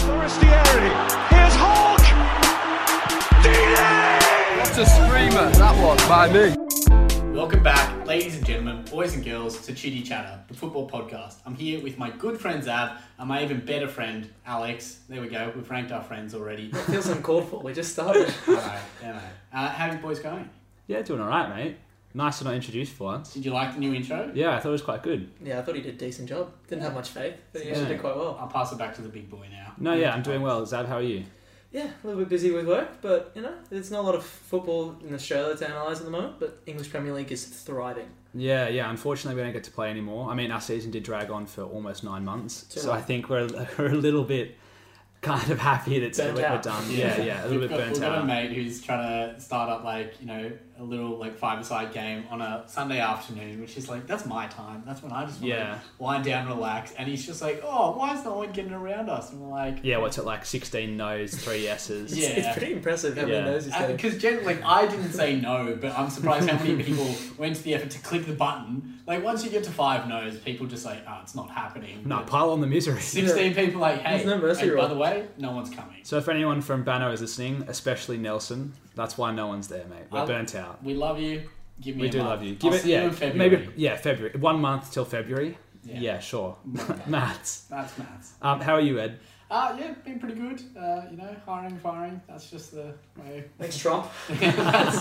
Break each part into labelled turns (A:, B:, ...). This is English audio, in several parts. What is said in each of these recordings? A: Forestieri. Here's Hulk. d
B: It's a screamer, that one, by me.
C: Welcome back, ladies and gentlemen, boys and girls, to Chitty Chatter, the football podcast. I'm here with my good friend Zav and my even better friend Alex. There we go, we've ranked our friends already. I
D: Feels uncalled for. We just started.
C: know, I know. Uh, how are you boys going?
E: Yeah, doing all right, mate. Nice to not introduced for once.
C: Did you like the new intro?
E: Yeah, I thought it was quite good.
D: yeah, I thought he did a decent job. Didn't have much faith, but he actually
E: Yeah.
D: did quite well.
C: I'll pass it back to the big boy now.
E: No, yeah, I'm doing well. Zab, how are you?
D: Yeah, a little bit busy with work, but you know, there's not a lot of football in Australia to analyse at the moment. But English Premier League is thriving.
E: Yeah, yeah. Unfortunately, we don't get to play anymore. I mean, our season did drag on for almost nine months,
D: Too
E: so
D: long.
E: I think we're we're a little bit kind of happy that
D: Burnt
E: we're, we're
D: out.
E: done. Yeah, yeah, a little
C: We've
E: bit
C: got-
E: burnt
C: We've got a
E: out.
C: mate who's trying to start up like you know a little like five-a-side game on a Sunday afternoon, which is like that's my time. That's when I just want
E: Yeah.
C: to wind down, relax, and he's just like, oh, why is no one getting around us? And we're like,
E: Yeah, what's it like? Sixteen no's, three yeses.
C: Yeah.
D: It's pretty impressive how
E: Yeah.
D: many noses he's getting.
C: Uh, Because gen- like I didn't say no, but I'm surprised how many people went to the effort to click the button. Like once you get to five no's, people just like, ah, it's not happening.
E: No,
C: But
E: pile on the misery.
C: sixteen people like, hey,
D: There's no mercy
C: hey, by
D: rule.
C: the way, no one's coming.
E: So if anyone from Bano is listening, especially Nelson, that's why no one's there, mate. We're
C: I'll-
E: burnt out.
C: We love you. Give me.
E: We
C: a
E: do
C: month.
E: love you.
C: I'll
E: Give it,
C: see
E: yeah,
C: you in February.
E: maybe, yeah, February. One month till February.
C: Yeah.
E: Yeah, sure.
C: Month.
E: Maths.
C: That's maths.
E: Um, how are you, Ed?
C: Ah, yeah, been pretty good. Uh, you know, hiring, firing. That's just the way.
D: Thanks, Trump.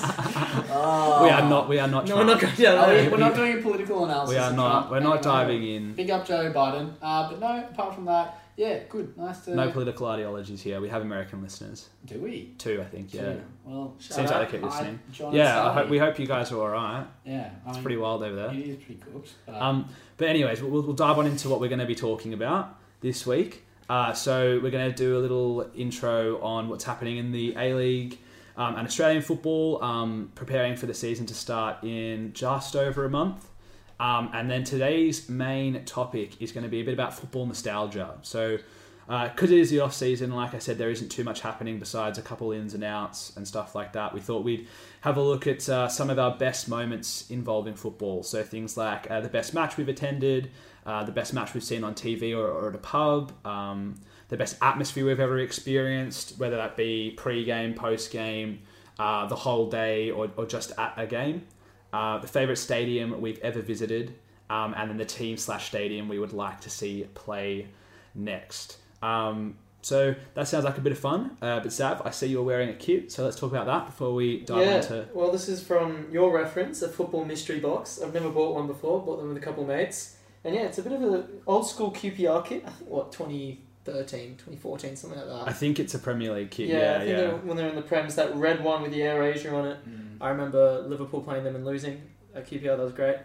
E: we are not. We are not.
D: No, we're
E: trying.
D: not going down
C: Oh,
D: there.
C: we- we're not doing a political analysis.
E: We are
C: of
E: not.
C: Trump.
E: We're not
C: Anyway.
E: diving in.
C: Big up Joe Biden. Uh, but no, apart from that, yeah, good. Nice to.
E: No political ideologies here. We have American listeners
C: do we?
E: too. I think. Yeah.
C: Well, shout
E: Seems
C: out.
E: like they keep
C: Hi,
E: listening.
C: John and
E: Yeah. I
C: Sally.
E: hope, we hope you guys are all right.
C: Yeah, I
E: It's
C: mean,
E: pretty wild over there.
C: It is pretty cooked. But
E: Um, but anyways, we'll, we'll dive on into what we're going to be talking about this week. Uh, so we're going to do a little intro on what's happening in the A League um, and Australian football, um, preparing for the season to start in just over a month. Um, and then today's main topic is going to be a bit about football nostalgia. So because Uh, it is the off season, like I said, there isn't too much happening besides a couple ins and outs and stuff like that. We thought we'd have a look at uh, some of our best moments involving football. So things like uh, the best match we've attended, uh, the best match we've seen on TV or, or at a pub, um, the best atmosphere we've ever experienced, whether that be pre-game, post-game, uh, the whole day, or, or just at a game. Uh, the favorite stadium we've ever visited, um, and then the team slash stadium we would like to see play next. Um, so that sounds like a bit of fun. Uh, but Sav, I see you're wearing a kit, so let's talk about that before we dive
D: yeah.
E: into.
D: Well, this is from your reference, a football mystery box. I've never bought one before. Bought them with a couple mates, and yeah, it's a bit of an old school QPR kit. I think what 2013, 2014, something like that.
E: I think it's a Premier League kit.
D: Yeah, I
E: Yeah,
D: think
E: yeah,
D: They're, when they're in the Prem's, that red one with the Airasia on it.
C: mm.
D: I remember Liverpool playing them and losing at QPR. That was great.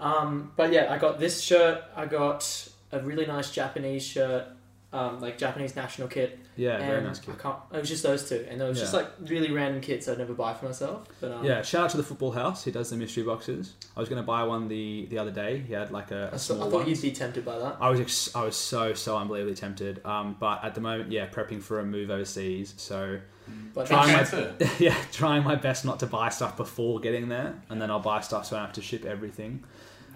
D: Um, but yeah, I got this shirt. I got a really nice Japanese shirt, um, like Japanese national kit.
E: yeah.
D: and
E: Very nice kit.
D: I can't. It was just those two, and they were just
E: Yeah.
D: like really random kits I'd never buy for myself. But um,
E: Yeah, shout out to the Football House. He does the mystery boxes. I was going to buy one the the other day. He had like a,
D: I,
E: a
D: saw- I
E: small
D: thought
E: one.
D: you'd be tempted by that.
E: I was ex- I was so so unbelievably tempted. Um, but at the moment, yeah, prepping for a move overseas. So
D: But
E: Try
D: thank-
E: my-
C: transfer.
E: yeah, trying my best not to buy stuff before getting there, and then I'll buy stuff so I don't have to ship everything.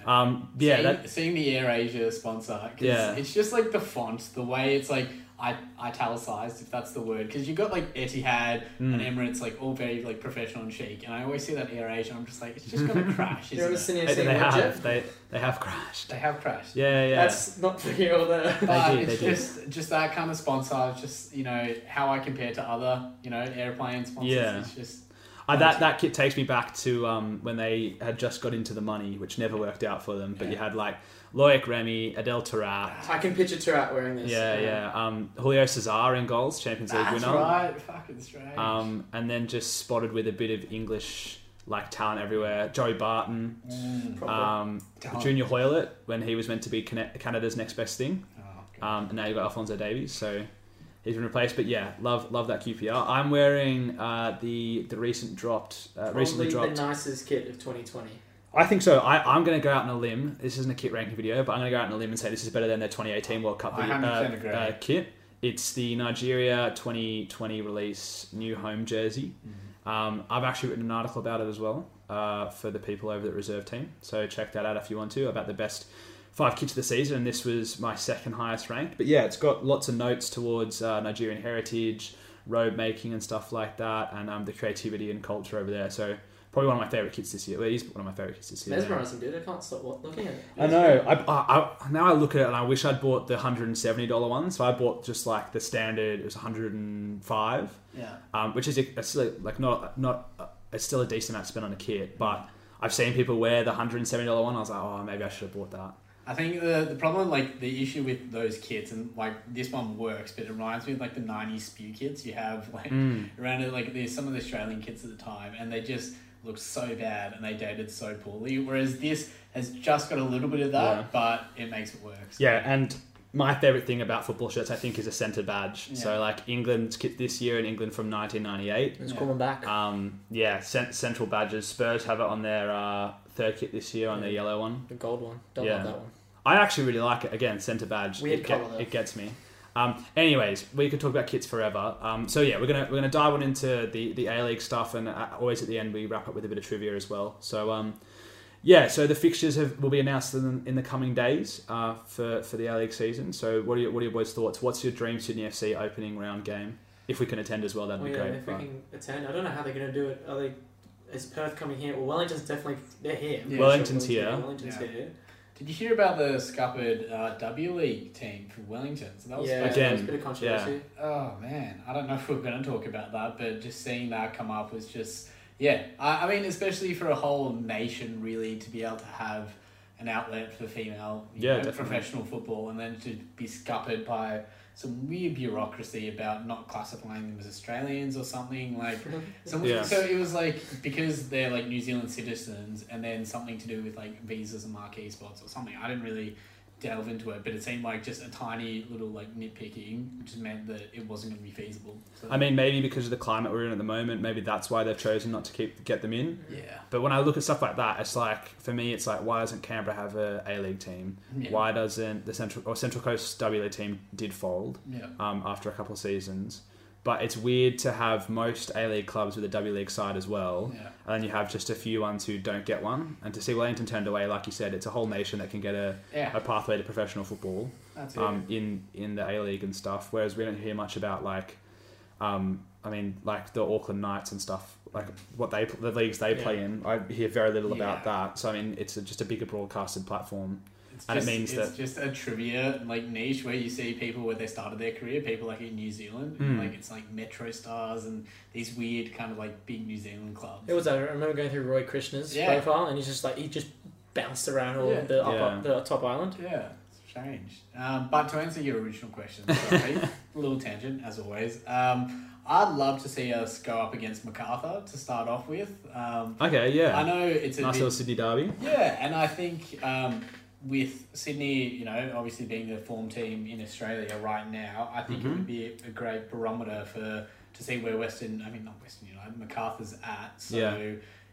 E: Um, yeah,
C: seeing,
E: that,
C: seeing the AirAsia sponsor, 'cause
E: Yeah.
C: it's just like the font, the way it's like I, italicized, if that's the word, because you got like Etihad
E: Hmm.
C: and Emirates, like all very like professional and chic, and I always see that AirAsia, I'm just like, it's just gonna crash.
D: You're
C: Isn't
D: ever
C: it?
D: sitting here
E: they,
D: saying,
E: they
D: "Well,
E: have
D: Jeff,
E: they they have crashed.
C: They have crashed.
E: Yeah, yeah, yeah.
D: That's not for you all there.
C: But
E: do,
C: it's
E: they do.
C: just just that kind of sponsor, just you know how I compare to other you know airplane sponsors.
E: Yeah.
C: It's just
E: Uh, that that kit takes me back to um, when they had just got into the money, which never worked out for them. But you
C: Yeah.
E: had like Loic Remy, Adel Tarat.
D: I can picture Turat wearing this.
E: Yeah, yeah. Um, Julio Cesar in goals, Champions League
C: that's
E: winner.
C: right, fucking strange.
E: Um, and then just spotted with a bit of English like talent everywhere. Joey Barton,
C: Mm.
D: Proper.
E: um,
C: Talent.
E: Junior Hoylett when he was meant to be Cana- Canada's next best thing.
C: Oh, God.
E: Um, and now you've got Alfonso Davies, so he's been replaced. But yeah, love love that QPR. I'm wearing uh, the the recent dropped uh, recently
D: Probably
E: dropped.
D: the nicest kit of 2020.
E: I think so. I, I'm going to go out on a limb. This isn't a kit ranking video, but I'm going to go out on a limb and say this is better than their 2018 World Cup
C: I
E: video-
C: 100% agree.
E: uh, uh, kit. It's the Nigeria 2020 release new home jersey.
C: Mm-hmm.
E: Um, I've actually written an article about it as well uh, for the people over at Reserve Team. So check that out if you want to about the best five kicks of the season, and this was my second highest ranked. But yeah, it's got lots of notes towards uh, Nigerian heritage, road making, and stuff like that, and um, the creativity and culture over there. So probably one of my favorite kits this year. Well, he's one of my favorite kits this year.
D: Mesmerizing, dude. I can't stop wa- looking at it.
E: I know. I, I, I now I look at it and I wish I'd bought the hundred and seventy dollar one. So I bought just like the standard. It was one hundred and five,
C: Yeah.
E: um, which is a, it's still like not not uh, it's still a decent amount spent on a kit. But I've seen people wear the hundred and seventy dollar one. I was like, oh, maybe I should have bought that.
C: I think the, the problem, like the issue with those kits, and like this one works, but it reminds me of like the '90s spew kits you have like
E: Mm.
C: around it, like there's some of the Australian kits at the time, and they just looked so bad and they dated so poorly. Whereas this has just got a little bit of that,
E: Yeah.
C: but it makes it work. So-
E: Yeah, and my favorite thing about football shirts, I think, is a centre badge.
C: Yeah.
E: So like England's kit this year in England from nineteen ninety eight.
D: It's
C: Yeah.
D: coming back.
E: Um, yeah, cent- central badges. Spurs have it on their uh, third kit this year on their yellow one.
D: the gold one. Don't
E: yeah.
D: love that one.
E: I actually really like it. Again, centre badge.
D: Weird
E: it, get-
D: colour, though.
E: it gets me. Um, anyways, we could talk about kits forever. Um, so yeah, we're gonna we're gonna dive on into the the A League stuff, and uh, always at the end we wrap up with a bit of trivia as well. So um, yeah, so the fixtures have, will be announced in, in the coming days uh, for for the A League season. So what are your, what are your boys' thoughts? What's your dream Sydney FC opening round game? If we can attend as well, that'd
D: Well,
E: be
D: Oh, yeah,
E: great.
D: if we
E: but-
D: can attend, I don't know how they're going to do it. Are they? Is Perth coming here? Well, Wellington's definitely they're here.
C: Yeah,
E: Wellington's
D: sure,
E: here.
D: Wellington's
C: Yeah.
D: here.
C: Did you hear about the scuppered uh, W League team from Wellington? So that was
D: yeah,
C: supposed to-
E: Again,
D: there's a bit of controversy.
C: Oh man, I don't know if we're going to talk about that, but just seeing that come up was just yeah. I, I mean, especially for a whole nation, really, to be able to have an outlet for female you
E: Yeah,
C: know,
E: definitely.
C: professional football, and then to be scuppered by some weird bureaucracy about not classifying them as Australians or something like. So,
E: Yeah.
C: so it was like because they're like New Zealand citizens, and then something to do with like visas and marquee spots or something. I didn't really delve into it, but it seemed like just a tiny little like nitpicking, which meant that it wasn't going to be feasible. So,
E: I mean, maybe because of the climate we're in at the moment, maybe that's why they've chosen not to keep get them in.
C: yeah,
E: But when I look at stuff like that, it's like for me, it's like why doesn't Canberra have a A League team?
C: Yeah.
E: Why doesn't the Central or Central Coast W League team did fold
C: yeah,
E: um, after a couple of seasons? But it's weird to have most A League clubs with a W League side as well,
C: Yeah.
E: and then you have just a few ones who don't get one. And to see Wellington turned away, like you said, it's a whole nation that can get a,
C: Yeah.
E: a pathway to professional football
C: that's it.
E: um, in in the A League and stuff. Whereas we don't hear much about like, um, I mean, like the Auckland Knights and stuff, like what they the leagues they play
D: Yeah.
E: in. I hear very little
C: Yeah.
E: about that. So I mean, it's a, just a bigger broadcasted platform.
C: it's
E: and it
C: just,
E: means
C: it's
E: that-
C: just a trivia like niche where you see people where they started their career, people like in New Zealand,
E: Mm.
C: like it's like Metro Stars and these weird kind of like big New Zealand clubs.
D: It was. I remember going through Roy Krishna's
C: Yeah.
D: profile, and he's just like he just bounced around all
C: Yeah.
D: the up,
E: Yeah.
D: the top island.
C: Yeah, it's strange. Um, but to answer your original question, sorry, a little tangent as always. Um, I'd love to see us go up against MacArthur to start off with. Um,
E: Okay, yeah,
C: I know it's a
E: nice
C: bit,
E: little Sydney derby.
C: yeah, and I think um, with Sydney, you know, obviously being the form team in Australia right now, I think
E: Mm-hmm.
C: it would be a great barometer for to see where Western, I mean not Western United, MacArthur's at. So
E: Yeah.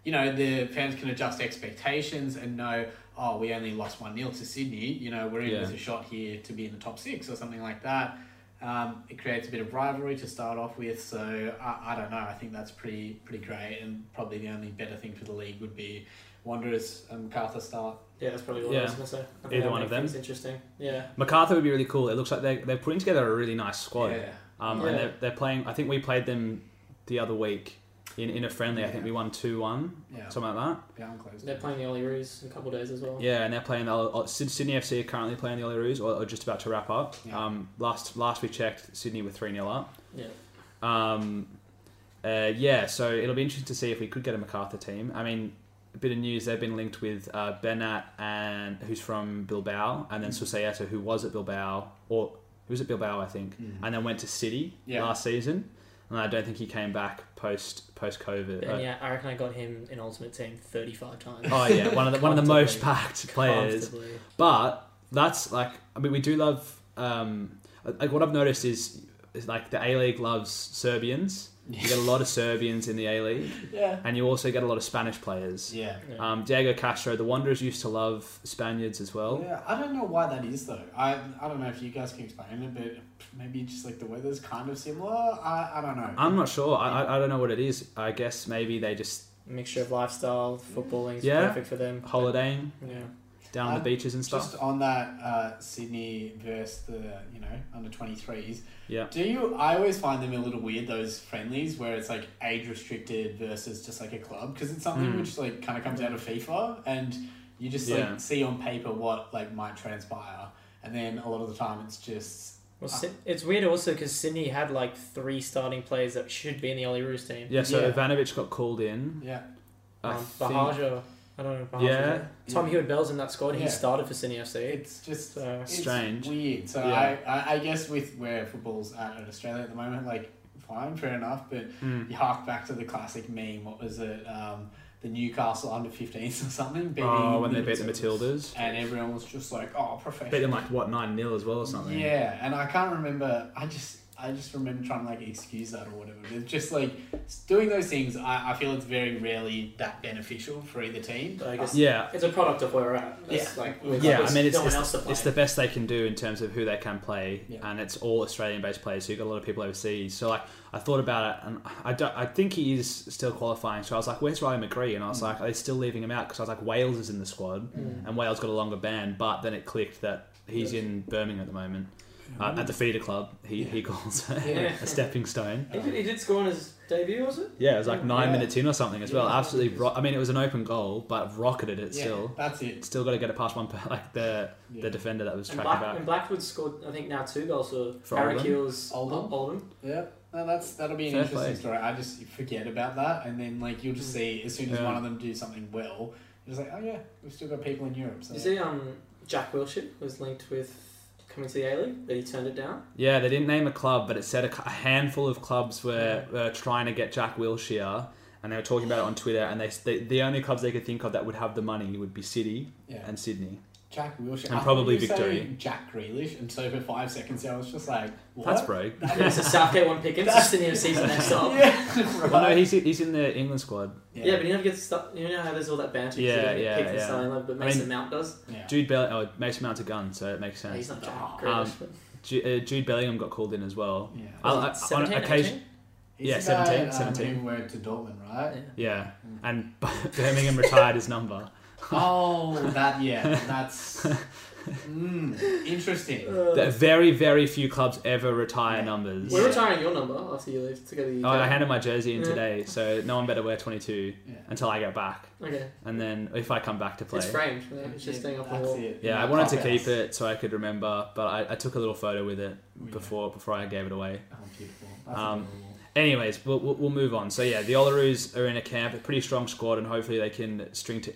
C: you know the fans can adjust expectations and know, oh, we only lost one 0 to Sydney. You know, we're in
E: Yeah.
C: as a shot here to be in the top six or something like that. Um, it creates a bit of rivalry to start off with, so I, I don't know. I think that's pretty pretty great, and probably the only better thing for the league would be Wanderers and MacArthur start.
D: Yeah, that's probably what I
E: Yeah.
D: was gonna say. I think
E: Either
D: that
E: one of
D: makes
E: them.
D: things Interesting. Yeah.
E: Macarthur would be really cool. It looks like they're they're putting together a really nice squad.
C: Yeah.
E: Um,
D: Yeah.
E: and they're, they're playing. I think we played them the other week in, in a friendly. I think we
C: Yeah.
E: won two one,
C: Yeah,
E: something like that.
C: yeah, I'm close.
D: They're playing the Ollie Roos in a couple of days as well.
E: Yeah, and they're playing the uh, Syd- Sydney FC are currently playing the Oileries or, or just about to wrap up.
C: Yeah.
E: Um, last last we checked, Sydney were three 0 up.
D: Yeah.
E: Um, uh, yeah, so it'll be interesting to see if we could get a Macarthur team. I mean, a bit of news: they've been linked with uh, Bennat and who's from Bilbao, and
C: Mm.
E: then Susayeto, who was at Bilbao or who was at Bilbao, I think, and then went to City
C: Mm. Yeah.
E: last season. And I don't think he came back post post COVID.
D: And yeah, I reckon I got him in Ultimate Team thirty-five times.
E: Oh yeah, one of the one of the most packed players.
D: Comfortably.
E: But that's like, I mean, we do love. Um, like what I've noticed is, is like the A League loves Serbians. You get a lot of Serbians in the A League,
C: Yeah.
E: and you also get a lot of Spanish players.
C: Yeah.
E: Um, Diego Castro, the Wanderers used to love Spaniards as well.
C: Yeah, I don't know why that is though. I I don't know if you guys can explain it, but maybe just like the weather's kind of similar. I, I don't know.
E: I'm not sure. I, I I don't know what it is. I guess maybe they just
D: mixture of lifestyle, footballing is
E: Yeah.
D: perfect for them.
E: holidaying.
D: Yeah.
E: down on the
C: Um,
E: beaches and stuff.
C: Just on that uh, Sydney versus the you know under twenty threes.
E: Yeah.
C: Do you? I always find them a little weird those friendlies where it's like age restricted versus just like a club because it's something which like kind of comes out of FIFA and you just
E: Hmm. Yeah.
C: like see on paper what like might transpire and then a lot of the time it's just
D: Well, Syd- it's weird also because Sydney had like three starting players that should be in the Oli Roos team.
E: Yeah, so
C: Yeah.
E: Ivanovic got called in.
C: yeah
E: I
D: Um,
E: think-
D: Bahaja, I don't know. Bahaja,
E: Yeah.
D: Tom Hewitt Bell's in that squad. He
C: Yeah.
D: started for Sydney FC.
C: it's just uh,
D: So
C: it's
E: Strange.
C: weird. So
E: Yeah.
C: I, I I guess with where football's at in Australia at the moment, like fine, fair enough, but
E: Hmm.
C: you hark back to the classic meme. What was it? Um, the Newcastle under 15s or something. Beating
E: Oh, when they
C: the-
E: beat the Matildas.
C: and everyone was just like, oh,
E: Beat
C: professional.
E: them like, what, 9 0 as well or something?
C: Yeah, and I can't remember. I just I just remember trying to like excuse that or whatever. But it's just like doing those things. I, I feel it's very rarely that beneficial for either team.
D: I guess
E: Yeah.
D: it's a product of where we're at. That's
C: Yeah.
D: like we've got
E: Yeah, I
D: this-
E: mean, it's,
D: no one
E: it's,
D: else to play.
E: it's the best they can do in terms of who they can play,
C: Yeah.
E: and it's all Australian-based players. So you've got a lot of people overseas. So like, I thought about it, and I don't, I think he is still qualifying. So I was like, "Where's Riley McGree?" And I was like, "Are they still leaving him out?" Because I was like, "Wales is in the squad, and Wales got a longer ban." But then it clicked that he's in Birmingham at the moment, uh, at the feeder club. He he calls it
D: Yeah.
E: a stepping stone.
D: he, did, he did score on his debut, was it?
E: Yeah, it was like nine
C: Yeah.
E: minutes in or something as well.
C: Yeah.
E: Absolutely, ro- I mean, it was an open goal, but rocketed it
C: Yeah,
E: still.
C: that's it.
E: Still got to get it past one, per- like the
C: Yeah.
E: the defender that was
D: And,
E: tracking
D: Black,
E: back.
D: and Blackwood scored, I think, now two goals for,
E: For
D: Harry
E: Oldham?
D: Keel's
C: Oldham?
D: Oldham.
C: Yeah, no, that's that'll be an
E: Fair
C: interesting
E: play. Mm.
C: story. I just forget about that, and then like you'll just see as soon as
E: Yeah.
C: one of them do something well, you're just like, oh yeah, we've still got people in Europe. So
D: You see, um, Jack Wilshire was linked with coming to the A League, but he turned it down.
E: Yeah, they didn't name a club, but it said a, cou- a handful of clubs were, were trying to get Jack Wilshere, and they were talking about it on Twitter. And they, they the only clubs they could think of that would have the money would be City
C: Yeah.
E: and Sydney.
C: Jack Wilshere
E: And
C: I thought
E: probably
C: you were saying
E: Victoria.
C: Jack Grealish, and so for five seconds, there, I was just like, what?
E: That's broke.
D: Yeah, it's a Southgate one pick. It's just in the season next up. Yeah.
C: right.
E: Oh no, he's he's in the England squad.
D: but you never get stuck. You know how there's all that banter. 'cause
E: Yeah,
D: you don't get
E: yeah,
D: picked in the
E: yeah.
D: starting lineup, but
E: I
D: Mason
E: mean-
D: Mount does.
C: yeah.
E: Jude Bell, oh, Mason Mount's a gun, so it makes
D: No, he's
E: sense.
D: not Jack
C: Um,
D: Grealish, but-
E: Ju- uh, Jude Bellingham got called in as well.
C: Yeah.
E: I- I- uh, on
D: 17,
E: occasion,
D: 18?
C: He's
E: yeah,
C: the guy,
E: 17,
C: um,
E: 17.
C: Who went to Dortmund, right?
E: yeah,
D: Mm.
E: and Birmingham retired his number.
C: Oh, that yeah, that's mm, interesting.
E: That very very few clubs ever retire numbers.
D: We're retiring your number after you leave to go to the
E: Oh,
D: UK.
E: I handed my jersey in
D: Yeah.
E: today, so no one better wear 22
C: Yeah.
E: until I get back.
D: Okay,
E: And then if I come back to play.
D: it's framed. yeah, It's just staying up on the
C: That's
D: wall.
C: it.
E: yeah, I
C: Like,
E: wanted to
C: fuck
E: keep
C: us.
E: it so I could remember, but I, I took a little photo with it
C: Yeah.
E: before before I gave it away.
C: Oh, beautiful. That's
E: Um,
C: adorable.
E: Anyways, we'll, we'll, we'll move on. So yeah, the Olaroos are in a camp, a pretty strong squad, and hopefully they can string to,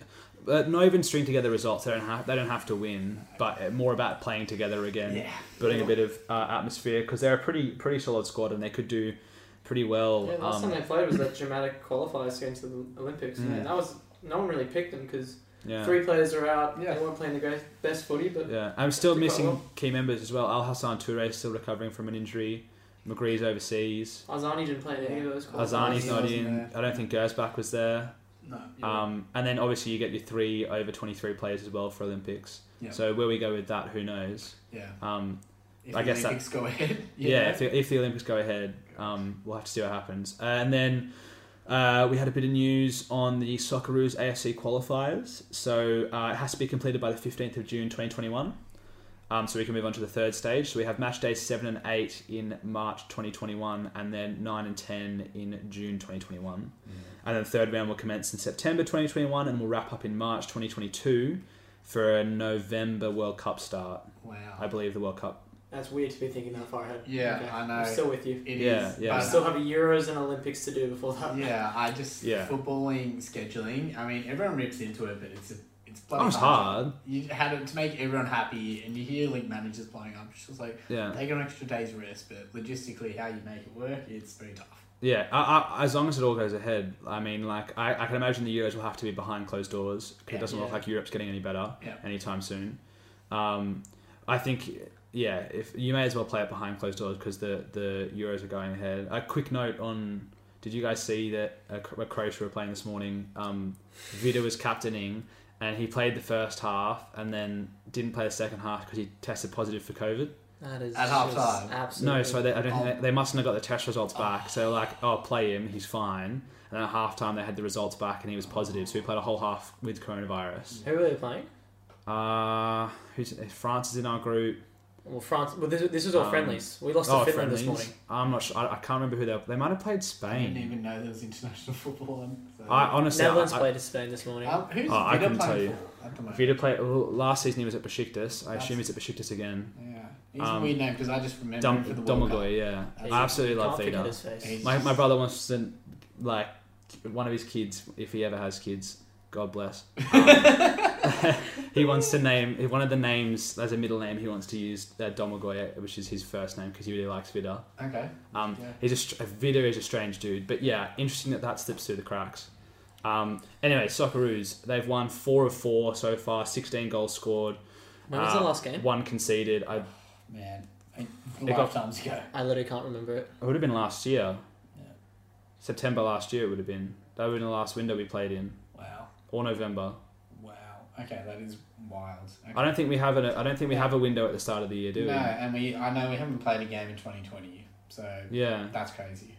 E: uh, not even string together results. They don't have they don't have to win, but uh, more about playing together again,
C: Yeah.
E: building a bit of uh, atmosphere because they're a pretty pretty solid squad and they could do pretty well.
D: Yeah, last
E: um, Mm.
D: time they played was that dramatic qualifiers going to the Olympics, and that was no one really picked them because
E: yeah.
D: three players are out.
C: Yeah.
D: They weren't playing the great, best footy, but
E: Yeah, I'm still
D: Did quite
E: missing
D: well.
E: key members as well. Al Hassan Toure is still recovering from an injury. McGree's overseas.
D: Azani didn't play in any of those. qualifiers.
E: Azani's not
C: wasn't
E: in.
C: there.
E: I don't think Gersbach was there.
C: No. you're right.
E: Um, and then obviously you get your three over 23 players as well for Olympics.
C: Yeah.
E: So where we go with that, who knows?
C: yeah.
E: Um,
C: If
E: I guess that-
C: Olympics go ahead. you
E: yeah,
C: know?
E: if the, if the Olympics go ahead, um, we'll have to see what happens. Uh, and then uh, we had a bit of news on the Socceroos AFC qualifiers. So uh, it has to be completed by the 15th of June 2021. Um, so we can move on to the third stage. So we have match days 7 and 8 in March 2021, and then 9 and 10 in June 2021. And then the third round will commence in September 2021 and will wrap up in March 2022 for a November World Cup start.
C: Wow.
E: I believe the World Cup.
D: That's weird to be thinking that far ahead.
C: Yeah,
D: Okay,
C: I know.
D: I'm still with you.
C: It
E: Yeah,
C: is,
E: yeah.
D: I
C: but-
D: still have Euros and Olympics to do before that.
C: yeah, I just
E: Yeah.
C: footballing scheduling. I mean, everyone rips into it, but it's a, it's
E: That
C: bloody
E: was hard.
C: You had it to make everyone happy, and you hear like managers blowing up. It's just like
E: Yeah.
C: they got an extra day's rest, but logistically, how you make it work, it's very tough.
E: Yeah, I, I, as long as it all goes ahead, I mean, like I, I can imagine the Euros will have to be behind closed doors. 'cause
C: Yeah.
E: it doesn't look
D: Yeah.
E: like Europe's getting any better
C: Yeah.
E: anytime soon. Um, I think, yeah, if you may as well play it behind closed doors because the the Euros are going ahead. A quick note on: Did you guys see that uh, Cro- uh, Croatia were playing this morning? Um, Vida was captaining, and he played the first half, and then didn't play the second half because he tested positive for COVID.
D: That is
C: At half
D: just
C: time.
D: Absolutely.
E: No, so they, I don't
C: Oh.
E: think they, they mustn't have got the test results back. So like, oh, play him, he's fine. And then at halftime, they had the results back, and he was positive. So he played a whole half with coronavirus.
D: Who were they playing?
E: Uh, who's France is in our group.
D: Well, France. Well, this, this was all
E: Um,
D: friendlies. We lost to Finland this
E: friendlies.
D: morning.
E: I'm not sure. I, I can't remember who they. They might have played
C: I didn't
E: Spain.
C: even know there was international football on. So.
E: I honestly,
D: Netherlands
E: I, I,
D: played to Spain this morning.
C: um, who's
E: Oh, I
C: Vida
E: couldn't
C: playing
E: tell
C: for at the moment?
E: Vita played last season. He was at Besiktas. I assume he's at Besiktas again.
C: Yeah, he's a
E: Um,
C: weird name because I just remember
E: Dom,
C: him for the World Cup.
E: Domagoj, yeah.
C: He's-
E: I absolutely love
D: Can't figure out
E: Vita.
D: his face.
C: He's-
E: My, my brother wants to like one of his kids, if he ever has kids. God bless. Um, he wants to name one of the names as a middle name. He wants to use uh, Domagoj, which is his first name, because he really likes Vida.
C: Okay.
E: Um,
C: Yeah.
E: He's a, str- a video is a strange dude, but yeah, interesting that that slips through the cracks. Um, anyway, Socceroos they've won four of four so far, sixteen goals scored,
D: When was the
E: uh,
D: last game?
E: one conceded. I,
C: Man, I,
E: got-
C: lifetimes ago.
D: I literally can't remember it.
E: it would have been last year,
C: Yeah.
E: September last year. It would have been that would have been the last window we played in,
C: Wow.
E: or November.
C: Wow. Okay, that is wild. Okay.
E: I don't think we have an, I don't think we have a window at the start of the year, do
C: no, and we I know we haven't played a game in 2020, so
E: we? Yeah.
C: that's crazy.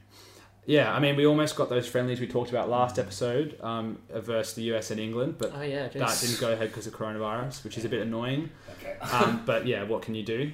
E: Yeah, I mean, we almost got those friendlies we talked about last episode um, versus the US and England, but
D: Oh yeah,
E: that
D: jeez.
E: didn't go ahead because of coronavirus, which is a bit annoying.
C: Okay.
E: um, but yeah, what can you do?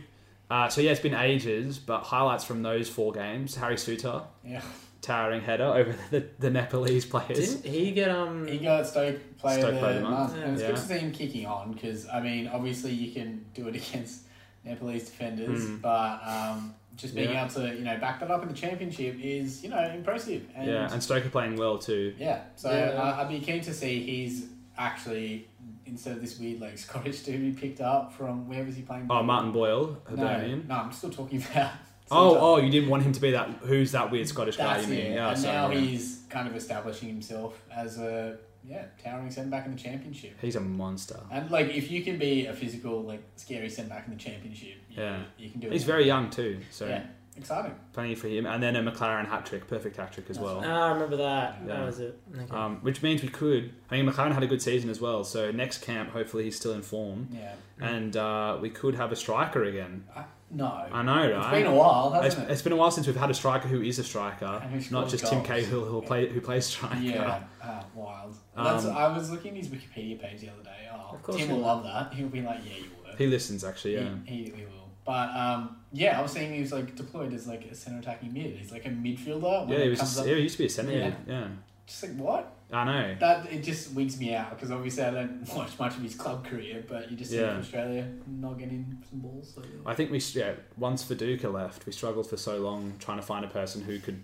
E: Uh, so yeah, it's been ages, but highlights from those four games: Harry Suter,
C: Yeah.
E: towering header over the, the Nepalese players.
D: Didn't he get um?
C: He got Stoke player
E: Stoke
C: of the
E: player of the
C: month,
E: month,
C: and it's good
E: yeah.
C: to see him kicking on because I mean, obviously you can do it against Nepalese defenders,
E: Mm.
C: but um, just being
E: Yeah.
C: able to you know back that up in the championship is you know impressive. And
E: yeah, and Stoker playing well too.
C: Yeah, so
D: Yeah.
C: I I'd be keen to see he's actually instead of this weird like Scottish dude we picked up from where was he playing?
E: Oh, Martin Boyle,
C: No,
E: Hibernian.
C: no, I'm still talking about.
E: Oh, oh, you didn't want him to be that. Who's that weird Scottish guy?
C: that's
E: You
C: it.
E: mean? Yeah,
C: and
E: sorry,
C: now
E: yeah.
C: he's kind of establishing himself as a yeah towering centre back in the championship.
E: he's a monster.
C: And like, if you can be a physical, like scary centre back in the championship, you,
E: Yeah.
C: you can do it.
E: He's very young too, so
C: yeah, exciting.
E: plenty for him. And then a McLaren hat trick, perfect hat trick as
C: That's
E: well.
D: Ah, I remember that. That
E: Yeah.
D: was it. Okay.
E: Um, which means we could. I mean, McLaren had a good season as well. So next camp, hopefully he's still in form,
C: Yeah,
E: and uh, we could have a striker again.
C: I, no,
E: I know, right?
C: it's been a while,
E: It's,
C: hasn't it?
E: it's been a while since we've had a striker who is a striker,
C: And who scores
E: not just Tim
C: goals.
E: Cahill who, who, play, who plays striker.
C: Yeah, uh, wild. That's,
E: Um,
C: I was looking at his Wikipedia page the other day. Oh,
D: Of course
C: Tim
D: he
C: will
D: will.
C: love that. He'll be like, yeah, you were.
E: He listens, actually, yeah.
C: He, he, he will. But um, yeah, I was saying he was like deployed as like a centre attacking mid. He's like a midfielder. When
E: yeah, he
C: it
E: was.
C: comes up,
E: yeah, he used to be a centre mid. Yeah.
C: just like what?
E: I know.
C: That it just wigs me out because obviously I don't watch much of his club career. But you just see him
E: Yeah.
C: from Australia not getting some balls. So, yeah.
E: I think we, yeah, once Viduka left, we struggled for so long trying to find a person who could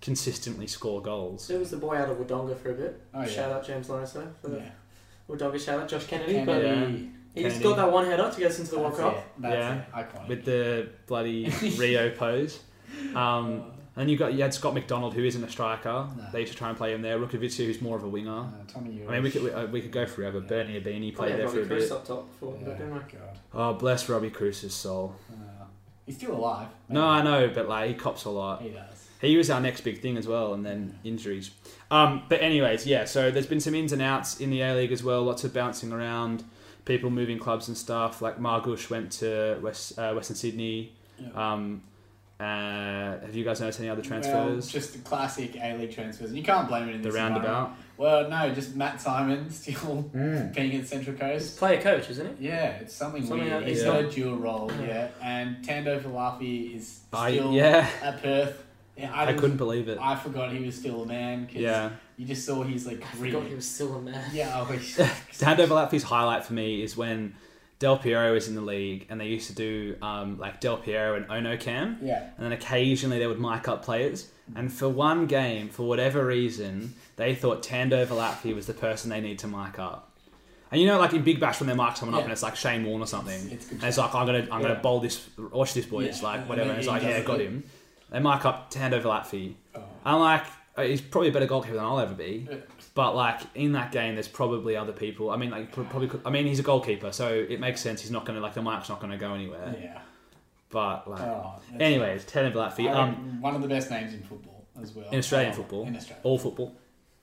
E: consistently score goals.
D: so it was the boy out of Wodonga for a bit.
C: Oh yeah.
D: Shout out James Loniso for the
C: yeah.
D: Wodonga. Shout out Josh Kennedy.
C: Kennedy.
D: But
E: Yeah.
D: he
E: Kennedy.
D: just got that one header to get us into the World
C: That's
D: Cup.
C: it. That's
E: Yeah.
C: it. Iconic.
E: With the bloody Rio pose. Um, and you got you had Scott McDonald, who isn't a striker.
C: No.
E: They used to try and play him there. Rukovicu, who's more of a
C: uh,
E: winger.
C: Tommy Ewing.
E: I mean, we could we, uh, we could go forever.
C: Yeah.
E: Bernie Abini
D: Played
E: played
D: Oh, yeah,
E: there for
D: Robbie
E: a bit.
D: Cruz up top for
C: Yeah,
D: but don't worry.
C: God.
E: Oh, bless Robbie Cruz's soul.
C: Uh, he's still alive.
E: No, I know, but like he cops a lot.
C: He does.
E: He was our next big thing as well, and then injuries. Um, but anyways, yeah. So there's been some ins and outs in the A League as well. Lots of bouncing around, people moving clubs and stuff. Like Margush went to West uh, Western Sydney.
C: Yeah.
E: Um, uh, have you guys noticed any other
C: Well,
E: transfers?
C: just the classic A League transfers, and you can't blame it in
E: the
C: this environment.
E: roundabout.
C: Well, no, just Matt Simon still
D: Hmm.
C: being at Central
D: He's
C: Coast.
D: player coach, isn't he?
C: Yeah, it's something,
D: Something
C: weird.
D: like-
C: He's
E: yeah.
C: got a dual role, yeah. And Tando Falafi is still
E: I yeah,
C: at Perth. Yeah, I,
E: I
C: didn't-
E: couldn't believe it.
C: I forgot he was still a man. 'cause
E: Yeah,
C: you just saw he's like
D: I
C: really.
D: forgot he was still a man.
C: Yeah, oh, he's-
E: Hand over Lappy's highlight for me is when Del Piero is in the league, and they used to do um, like Del Piero and Ono Cam.
C: yeah.
E: and then occasionally they would mic up players. And for one game, for whatever reason, they thought Tando Valappi was the person they need to mic up. And you know, like in Big Bash, when they mic someone
C: Yeah.
E: up and it's like Shane Warne or something,
C: It's- it's good
E: and it's like I'm gonna, I'm
D: Yeah.
E: gonna bowl this, watch this boy. It's
C: Yeah.
E: like
C: And
E: whatever.
C: then
E: And it's
C: he
E: like
C: does
E: yeah,
C: it.
E: got him. They mic up Tando Valappi.
C: Oh.
E: I'm like, uh, he's probably a better goalkeeper than I'll ever be.
C: Yeah.
E: But like in that game, there's probably other people. I mean, like pro- probably. could- I mean, he's a goalkeeper, so it makes sense. He's not gonna like the mic's not gonna go anywhere.
C: Yeah.
E: But like,
C: Oh, that's-
E: anyways, Tando Valappi.
C: I
E: Um,
C: reckon one of the best names in football as well.
E: in Australian
C: Oh,
E: football,
C: In Australia.
E: all football,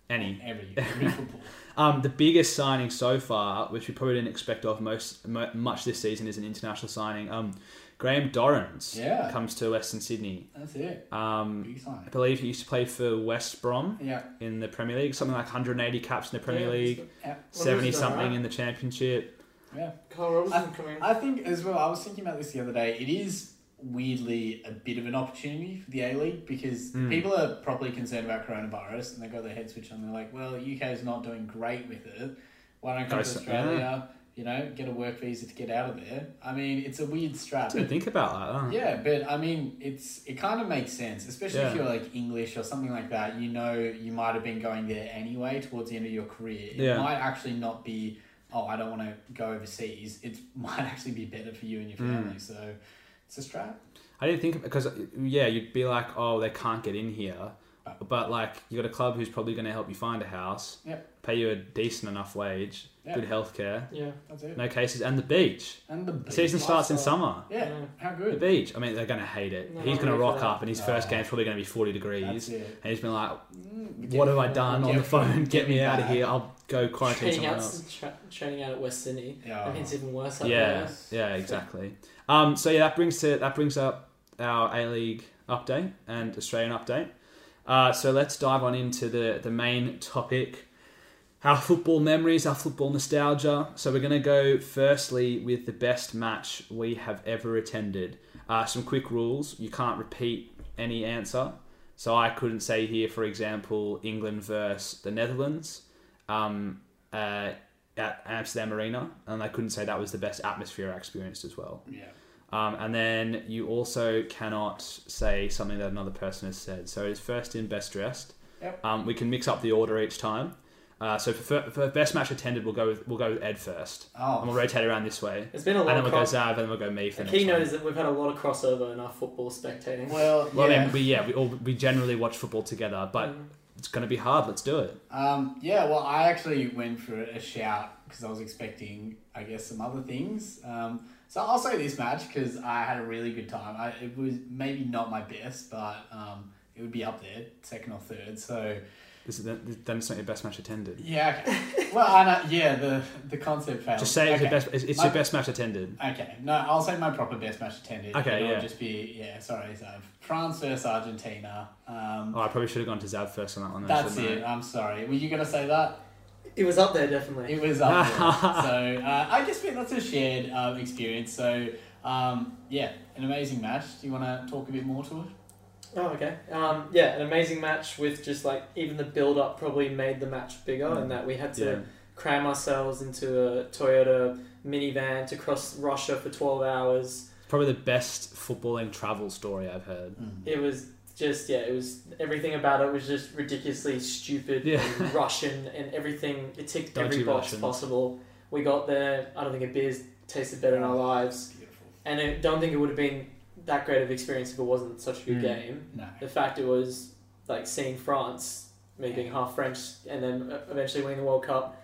E: any.
C: Every, every football.
E: Um, the biggest signing so far, which we probably didn't expect of most mo- much this season, is an international signing. Um, Graham Dorrans
C: Yeah.
E: comes to Western Sydney.
C: That's it.
E: Um,
C: Big sign.
E: I believe he used to play for West Brom
C: Yeah.
E: in the Premier League, something like 180 caps in the Premier
D: Yeah,
E: League,
C: yeah.
D: Well, this
E: 70
D: is
E: something
D: alright.
E: in the Championship.
C: Yeah.
D: Kyle Robinson coming.
C: I think as well, I was thinking about this the other day. It is weirdly a bit of an opportunity for the A League because people are properly concerned about coronavirus and they got their head switched on. They're like, well, UK's not doing great with it. Why don't I come
E: Go
C: to
E: s-
C: Australia? You know, get a work visa to get out of there. I mean, it's a weird strap.
E: Didn't think about that. huh?
C: Yeah, but I mean, it's it kind of makes sense, especially if
E: Yeah.
C: you're like English or something like that. You know, you might have been going there anyway towards the end of your career. It
E: Yeah.
C: might actually not be. Oh, I don't want to go overseas. It might actually be better for you and
E: Mm.
C: your family. So, it's a strap.
E: I didn't think because yeah, you'd be like, oh, they can't get in here, but like you got a club who's probably going to help you find a house,
C: Yep.
E: pay you a decent enough wage,
C: Yeah.
E: good healthcare,
D: yeah.
C: That's it.
E: no cases, and the beach.
C: And the
E: The season starts in
D: lifestyle.
E: summer.
C: Yeah,
D: Yeah.
C: how
E: The
C: good.
E: beach. I mean, they're going to hate it.
D: No,
E: he's
D: I'm
E: going to
D: ready for
E: rock
D: that.
E: up, and his first game's probably going to be forty
C: That's
E: degrees.
C: it.
E: And he's been like,
C: Mm,
E: "What
C: get-
E: have I done
C: get-
E: on the phone? Get me out of
C: back.
E: here! I'll go quarantine
D: Training
E: somewhere
D: out,
E: else."
D: tra- training out at West Sydney.
C: Yeah.
D: I think it's even worse. up
E: Yeah,
D: there.
E: yeah, exactly. Um, so yeah, that brings to that brings up our A League update and Australian update. Uh, so let's dive on into the the main topic, our football memories, our football nostalgia. So we're gonna go firstly with the best match we have ever attended. Uh, some quick rules: you can't repeat any answer. So I couldn't say here, for example, England versus the Netherlands. Um, uh, at Amsterdam Arena, and I couldn't say that was the best atmosphere I experienced as well.
C: Yeah.
E: Um, and then you also cannot say something that another person has said. So it's first in, best dressed.
C: Yep.
E: Um, we can mix up the order each time. Uh, so for, fir- for best match attended, we'll go with, we'll go with Ed first,
C: Oh.
E: and we'll rotate around this way.
D: It's been a
E: And
D: lot.
E: then we'll
D: of
E: go
D: cro-
E: Zav, and then we'll go me for
D: the
E: the next
D: keynote
E: one.
D: is that we've had a lot of crossover in our football spectating.
C: Well,
E: Well,
C: yeah. Mm.
E: then we yeah we all we generally watch football together, but it's gonna be hard. Let's do it.
C: Um, yeah, well, I actually went for a shout because I was expecting, I guess, some other things. Um, so I'll say this match because I had a really good time. I, it was maybe not my best, but um, it would be up there, second or third. So
E: This is then then it's not your best match attended.
C: yeah, okay. well, I know, yeah, the the concept failed.
E: Just say it's your
C: Okay.
E: best. It's, it's
C: My-
E: your best match attended.
C: Okay, no, I'll say my proper best match attended.
E: Okay,
C: It'll
E: yeah.
C: just be yeah. Sorry, so France versus Argentina. Um,
E: Oh, I probably should have gone to Zav first on that one. though,
C: that's
E: shouldn't I?
C: it. I'm sorry. Were you gonna say that?
D: It was up there definitely.
C: It was up there. so uh, I just think that's a shared um, experience. So um, yeah, an amazing match. Do you want to talk a bit more to it?
D: Oh, okay. Um, yeah, an amazing match with just like even the build up probably made the match bigger,
C: Mm.
D: and that we had to
E: Yeah.
D: cram ourselves into a Toyota minivan to cross Russia for 12 hours.
E: Probably the best footballing travel story I've heard.
D: It was just, yeah, it was everything about it was just ridiculously stupid
E: Yeah.
D: and Russian and everything. It ticked
E: Dodgy
D: every box
E: Russians.
D: possible. We got there. I don't think a beer's tasted better in our lives.
C: Beautiful.
D: And I don't think it would have been that great of an experience if it wasn't such a good
C: Mm.
D: game.
C: No.
D: the fact it was like seeing France, me being half French, and then e, eventually winning the World Cup,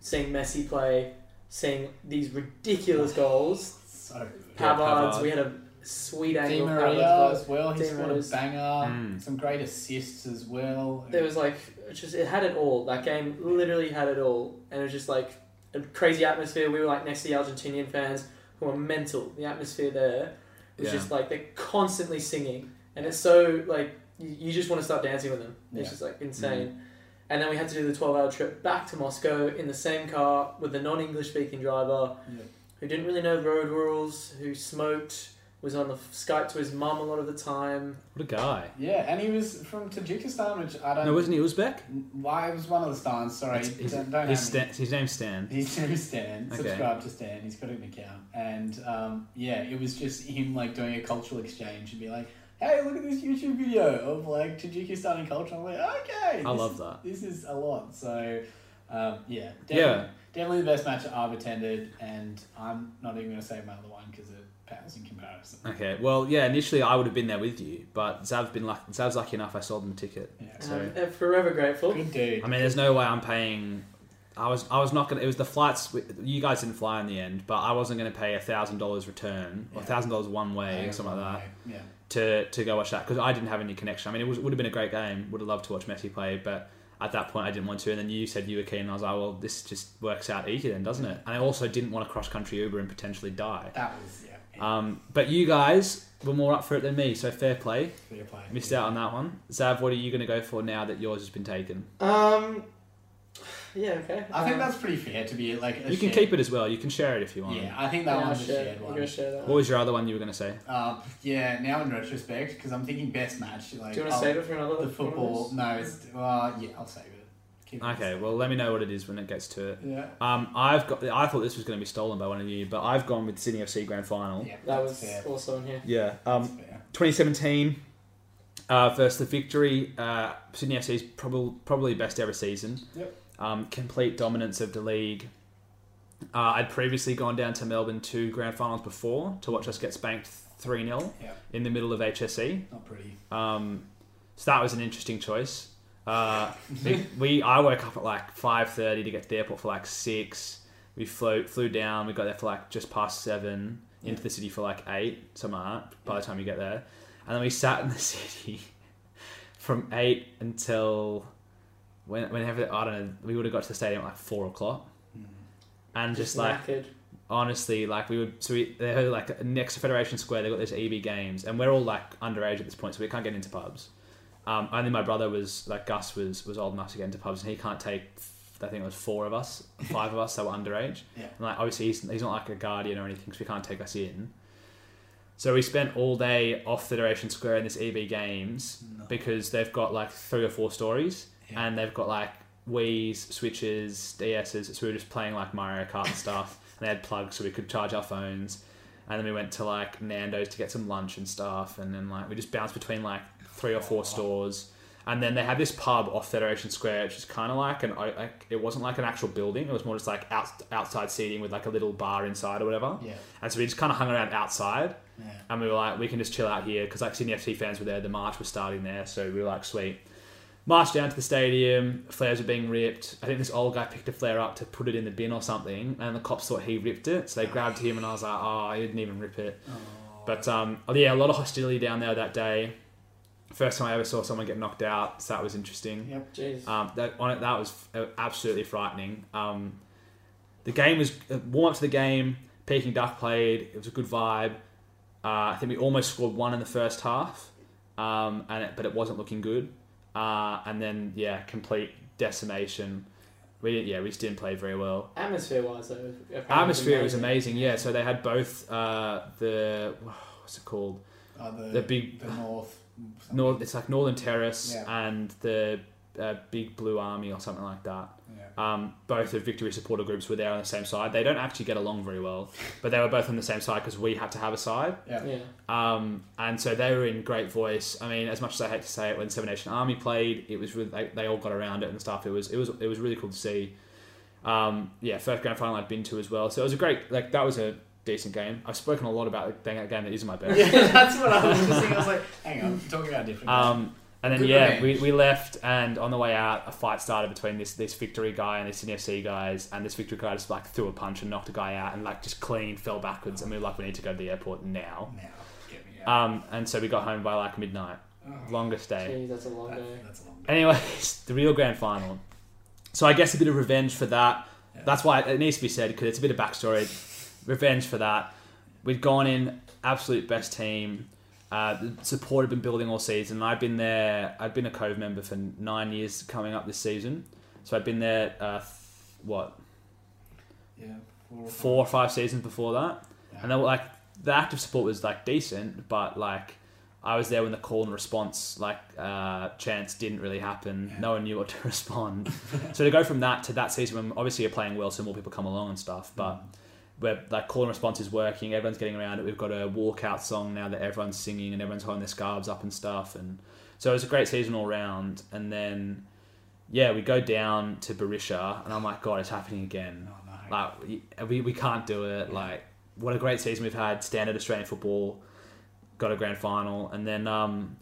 D: seeing Messi play, seeing these ridiculous goals.
C: So good.
E: Yeah,
D: Pavard's,
E: Pavard.
D: we had a sweet
C: Di
D: angle. of
C: Maria
D: Pavard's
C: as well. He
D: Di
C: scored a
D: Maria's-
C: banger.
E: Mm.
C: Some great assists as well.
D: goal. There was like it just it had it all. That game literally had it all, and it was just like a crazy atmosphere. We were like next to the Argentinian fans who were mental. The atmosphere there was
E: Yeah.
D: just like they're constantly singing, and it's so like you, you just want to start dancing with them.
C: Yeah.
D: It's just like insane. And then we had to do the twelve-hour trip back to Moscow in the same car with a non-English speaking driver
C: Yeah.
D: who didn't really know road rules, who smoked, was on the Skype to his mum a lot of the time.
E: What a guy.
C: yeah, and he was from Tajikistan, which I don't.
E: No, wasn't he Uzbek?
C: Why it was one of the stars? Um, Sorry,
E: It's- he's-
C: don't, don't
E: his,
C: at me.
E: Stan- his name's Stan.
C: He's to Stan.
E: Okay.
C: Subscribe to Stan. He's got an account, and um, yeah, it was just him like doing a cultural exchange and be like, "Hey, look at this YouTube video of like Tajikistan and culture." I'm like, "Okay,
E: I
C: this
E: love
C: is-
E: that.
C: This is a lot." So, um, yeah, definitely,
E: Yeah.
C: definitely the best match I've attended, and I'm not even going to say my other one because it pales in comparison.
E: Okay, well, yeah, initially I would have been there with you, but Zav's been luck- Zav's lucky enough I sold him a ticket.
C: Yeah.
E: So-
D: And I'm forever grateful.
C: Good dude.
E: I mean, there's no way I'm paying. I was I was not gonna. It was the flights. with- You guys didn't fly in the end, but I wasn't gonna pay a thousand dollars return or
C: Yeah.
E: thousand dollars one way
C: Yeah,
E: or something like that
C: Yeah.
E: to to go watch that because I didn't have any connection. I mean, it was, would have been a great game. Would have loved to watch Messi play, but at that point I didn't want to. And then you said you were keen, and I was like, well, this just works out easy then, doesn't it? And I also didn't want to cross country Uber and potentially die.
C: That was yeah.
E: Um, but you guys were more up for it than me, so fair play.
C: fair play.
E: Missed out on that one. Zav, what are you going to go for now that yours has been taken?
D: Um, Yeah, okay.
C: I think
D: Um,
C: that's pretty fair to be like. A
E: You can
C: shared-
E: keep it as well. You can share it if you want.
C: Yeah, I think that
D: yeah, I'll
C: one's a
D: share-
C: shared
D: I'm
C: one.
D: gonna share that.
E: What was your other one you were going to say?
C: Uh, yeah, now in retrospect, because I'm thinking best match. Like,
D: Do you want
E: oh,
C: I'll-
D: to save it for another one
C: the
D: of
C: football?
D: those?
C: No, it's well, yeah, I'll save it. Keep it
E: Okay, well, let me know what it is when it gets to it.
C: Yeah.
E: Um, I've got. I thought this was going to be stolen by one of you, but I've gone with Sydney FC Grand Final.
C: Yeah,
D: That
C: that's
D: was
C: fair.
D: also in here.
E: Yeah. Um,
C: That's fair.
E: 2017 uh, versus the victory. Uh, Sydney FC's probably probably best ever season.
C: Yep.
E: Um, complete dominance of the league. Uh, I'd previously gone down to Melbourne two grand finals before to watch us get spanked three 0
C: Yep.
E: in the middle of E. HSE.
C: Not pretty.
E: Um, so that was an interesting choice. Uh, we, we I woke up at like five thirty to get to the airport for like six. We flew flew down. We got there for like just past seven. Into the city for like eight, something like that, by the time you get there, and then we sat in the city from eight until when, whenever I don't know. We would have got to the stadium at like four o'clock, and just like
D: knackered.
E: honestly, like we would. So we, they had like next to Federation Square, they got those EB games, and we're all like underage at this point, so we can't get into pubs. Um, only my brother was like Gus was was old enough to get into pubs, and he can't take. I think it was four of us, five of us that were underage.
C: Yeah.
E: And like obviously he's, he's not like a guardian or anything, so he can't take us in. So we spent all day off Federation Square in this EB games
C: No.
E: because they've got like three or four stories,
C: Yeah.
E: and they've got like Wii's, Switches, DSs. So we were just playing like Mario Kart and stuff, and they had plugs so we could charge our phones. And then we went to like Nando's to get some lunch and stuff, and then like we just bounced between like three or
C: Oh,
E: four stores. And then they had this pub off Federation Square, which is kind of like an o- like it wasn't like an actual building. It was more just like out, outside seating with like a little bar inside or whatever.
C: Yeah.
E: And so we just kind of hung around outside,
C: Yeah.
E: and we were like, we can just chill out here because like Sydney FC fans were there. The march was starting there, so we were like, sweet. Marched down to the stadium. Flares were being ripped. I think this old guy picked a flare up to put it in the bin or something, and the cops thought he ripped it, so they grabbed him, and I was like, oh, he didn't even rip it. But um, yeah, a lot of hostility down there that day. First time I ever saw someone get knocked out, so that was interesting.
C: Yep.
D: Jeez.
E: Um, that on it, that was uh, absolutely frightening. Um, the game was uh, warm up to the game. Peking Duck played. It was a good vibe. Uh, I think we almost scored one in the first half, um, and it, but it wasn't looking good. Uh, and then yeah, complete decimation. We didn't, yeah we just didn't play very well.
D: Atmosphere wise, though. apparently it
E: Atmosphere was amazing. Yeah, so they had both uh, the what's it called
C: Uh, the,
E: The big-
C: the north. something.
E: North. It's like Northern Terrace
C: Yeah.
E: and the uh, Big Blue Army or something like that.
C: Yeah.
E: um, both of Victory supporter groups were there on the same side. They don't actually get along very well, but they were both on the same side because we had to have a side.
C: Yeah.
D: Yeah.
E: Um, and so they were in great voice. I mean, as much as I hate to say it, when Seven Nation Army played, it was really, they, they all got around it and stuff. It was it was it was really cool to see. Um, yeah, first grand final I'd been to as well, so it was a great like that was a decent game. I've spoken a lot about the that game that isn't my best.
C: yeah, that's what I was just thinking. I was like, hang on, we're talking about different.
E: Um, and then
C: Good
E: yeah, we,
C: revenge.
E: we left, and on the way out, a fight started between this this victory guy and this NFC guys, and this victory guy just like threw a punch and knocked a guy out, and like just clean fell backwards, and we were like, we need to go to the airport now.
C: now, get me out.
E: Um, and so we got home by like midnight,
C: Oh.
E: longest day.
D: Jeez, that's a long
C: That-
D: day.
C: that's a long.
E: Anyways, the real grand final. So I guess a bit of revenge for that.
C: Yeah.
E: That's why it needs to be said because it's a bit of backstory. revenge for that. We'd gone in absolute best team. Uh, the support had been building all season. and I've been there. I've been a Cove member for nine years coming up this season. So I've been there. Uh, th- what
C: Yeah. Four.
E: four or five seasons before that,
C: Yeah.
E: and then like the active support was like decent, but like I was there when the call and response like uh, chance didn't really happen.
C: Yeah.
E: No one knew what to respond. so to go from that to that season, when obviously you're playing well, so more people come along and
C: Mm.
E: stuff, but. Where like call and response is working, everyone's getting around it. We've got a walkout song now that everyone's singing and everyone's holding their scarves up and stuff. And so it was a great season all round. And then, yeah, we go down to Barisha, and I'm like, God, it's happening again
C: Oh, no.
E: like we- we, we can't do it like what a great season we've had standard australian football got a grand final and then um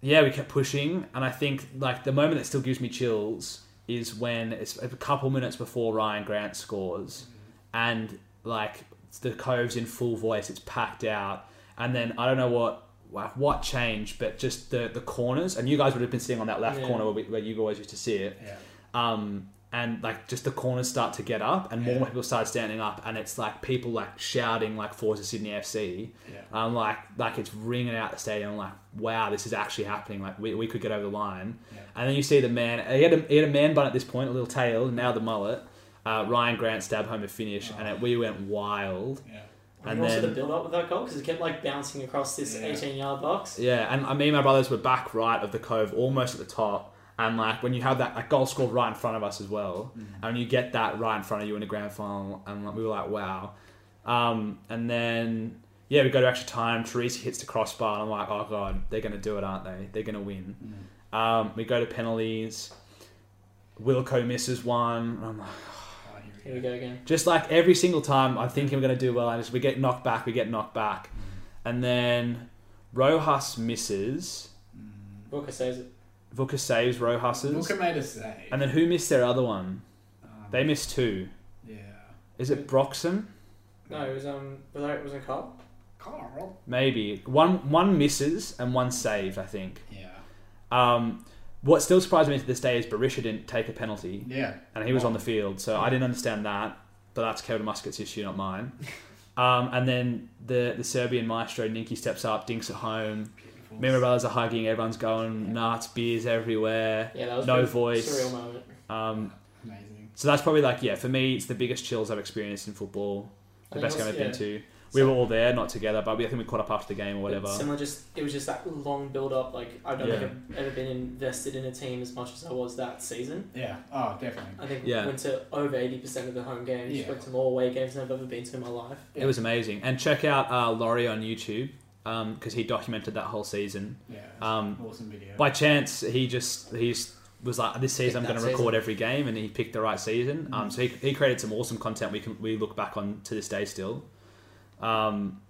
E: yeah we kept pushing and i think like the moment that still gives me chills is when it's a couple minutes before ryan grant scores and like the coves in full voice it's packed out and then i don't know what like, what changed but just the the corners and you guys would have been sitting on that left
D: Yeah.
E: corner where, we, where you guys used to see it
C: Yeah.
E: um, and like just the corners start to get up and more
C: Yeah.
E: people start standing up and it's like people like shouting like Forza Sydney FC
C: Yeah.
E: um, like like it's ringing out the stadium like wow this is actually happening like we, we could get over the line
C: Yeah.
E: and then you see the man he had, a, he had a man bun at this point a little tail now the mullet uh, Ryan Grant stab home a finish and it, we went wild
C: Yeah.
D: And,
E: And
D: also
E: then-
D: the build up with that goal because it kept like bouncing across this
C: Yeah.
D: 18 yard box.
E: Yeah, and uh, me and my brothers were back right of the cove, almost at the top. And like when you have that, that goal scored right in front of us as well, and you get that right in front of you in a grand final, and like, we were like, wow. Um, and then yeah, we go to extra time. Teresi hits the crossbar, and I'm like, oh god, they're gonna do it, aren't they? They're gonna win. Um, we go to penalties. Wilco misses one. and I'm like,
C: Oh, here we
D: Here we go again.
E: just like every single time, I think I'm going to do well. And just we get knocked back, we get knocked back, and then Rojas misses.
D: Booker saves it.
E: Vuka saves
C: go.
E: Rojas's.
C: Booker made a save.
E: And then who missed their other one?
C: Um,
E: They missed two.
C: yeah.
E: Is it Broxham?
D: No, it was um, was it was it Carl?
C: Carl.
E: Maybe. One one misses and one saved, I think.
C: Yeah.
E: Um, what still surprised me to this day is Barisha didn't take a penalty
C: Yeah.
E: and he was on the field, so I didn't understand that. But that's Kevin Musket's issue, not mine. Um, and then the, the Serbian maestro Ninki steps up, dinks at home.
C: Beautiful.
E: Me and my brothers are hugging, everyone's going nuts, beers everywhere.
D: Yeah, that was
E: No
D: pretty
E: voice.
D: Surreal moment.
E: Um,
C: Amazing.
E: so that's probably like, yeah, for me, it's the biggest chills I've experienced in football.
D: I
E: the
D: think
E: best game
D: also-
E: I've
D: yeah.
E: been to. We
D: So-
E: were all there, not together, but we, I think we caught up after the game or whatever.
D: Similar, just it was just that long build up. Like I don't think I've ever been invested in a team as much as I was that season.
C: Yeah. Oh, definitely.
D: I think
E: Yeah.
D: we went to over eighty percent of the home games.
C: Yeah.
D: Went to more away games than I've ever been to in my life.
E: It was amazing. And check out uh, Laurie on YouTube because he documented that whole season.
C: Yeah. it's
E: Um,
C: an awesome video.
E: By chance, he just he just was like, this season I'm
F: Picked
E: going to
F: that
E: record every game, and he picked the right season. Um, so he, he created some awesome content we can we look back on to this day still. Um,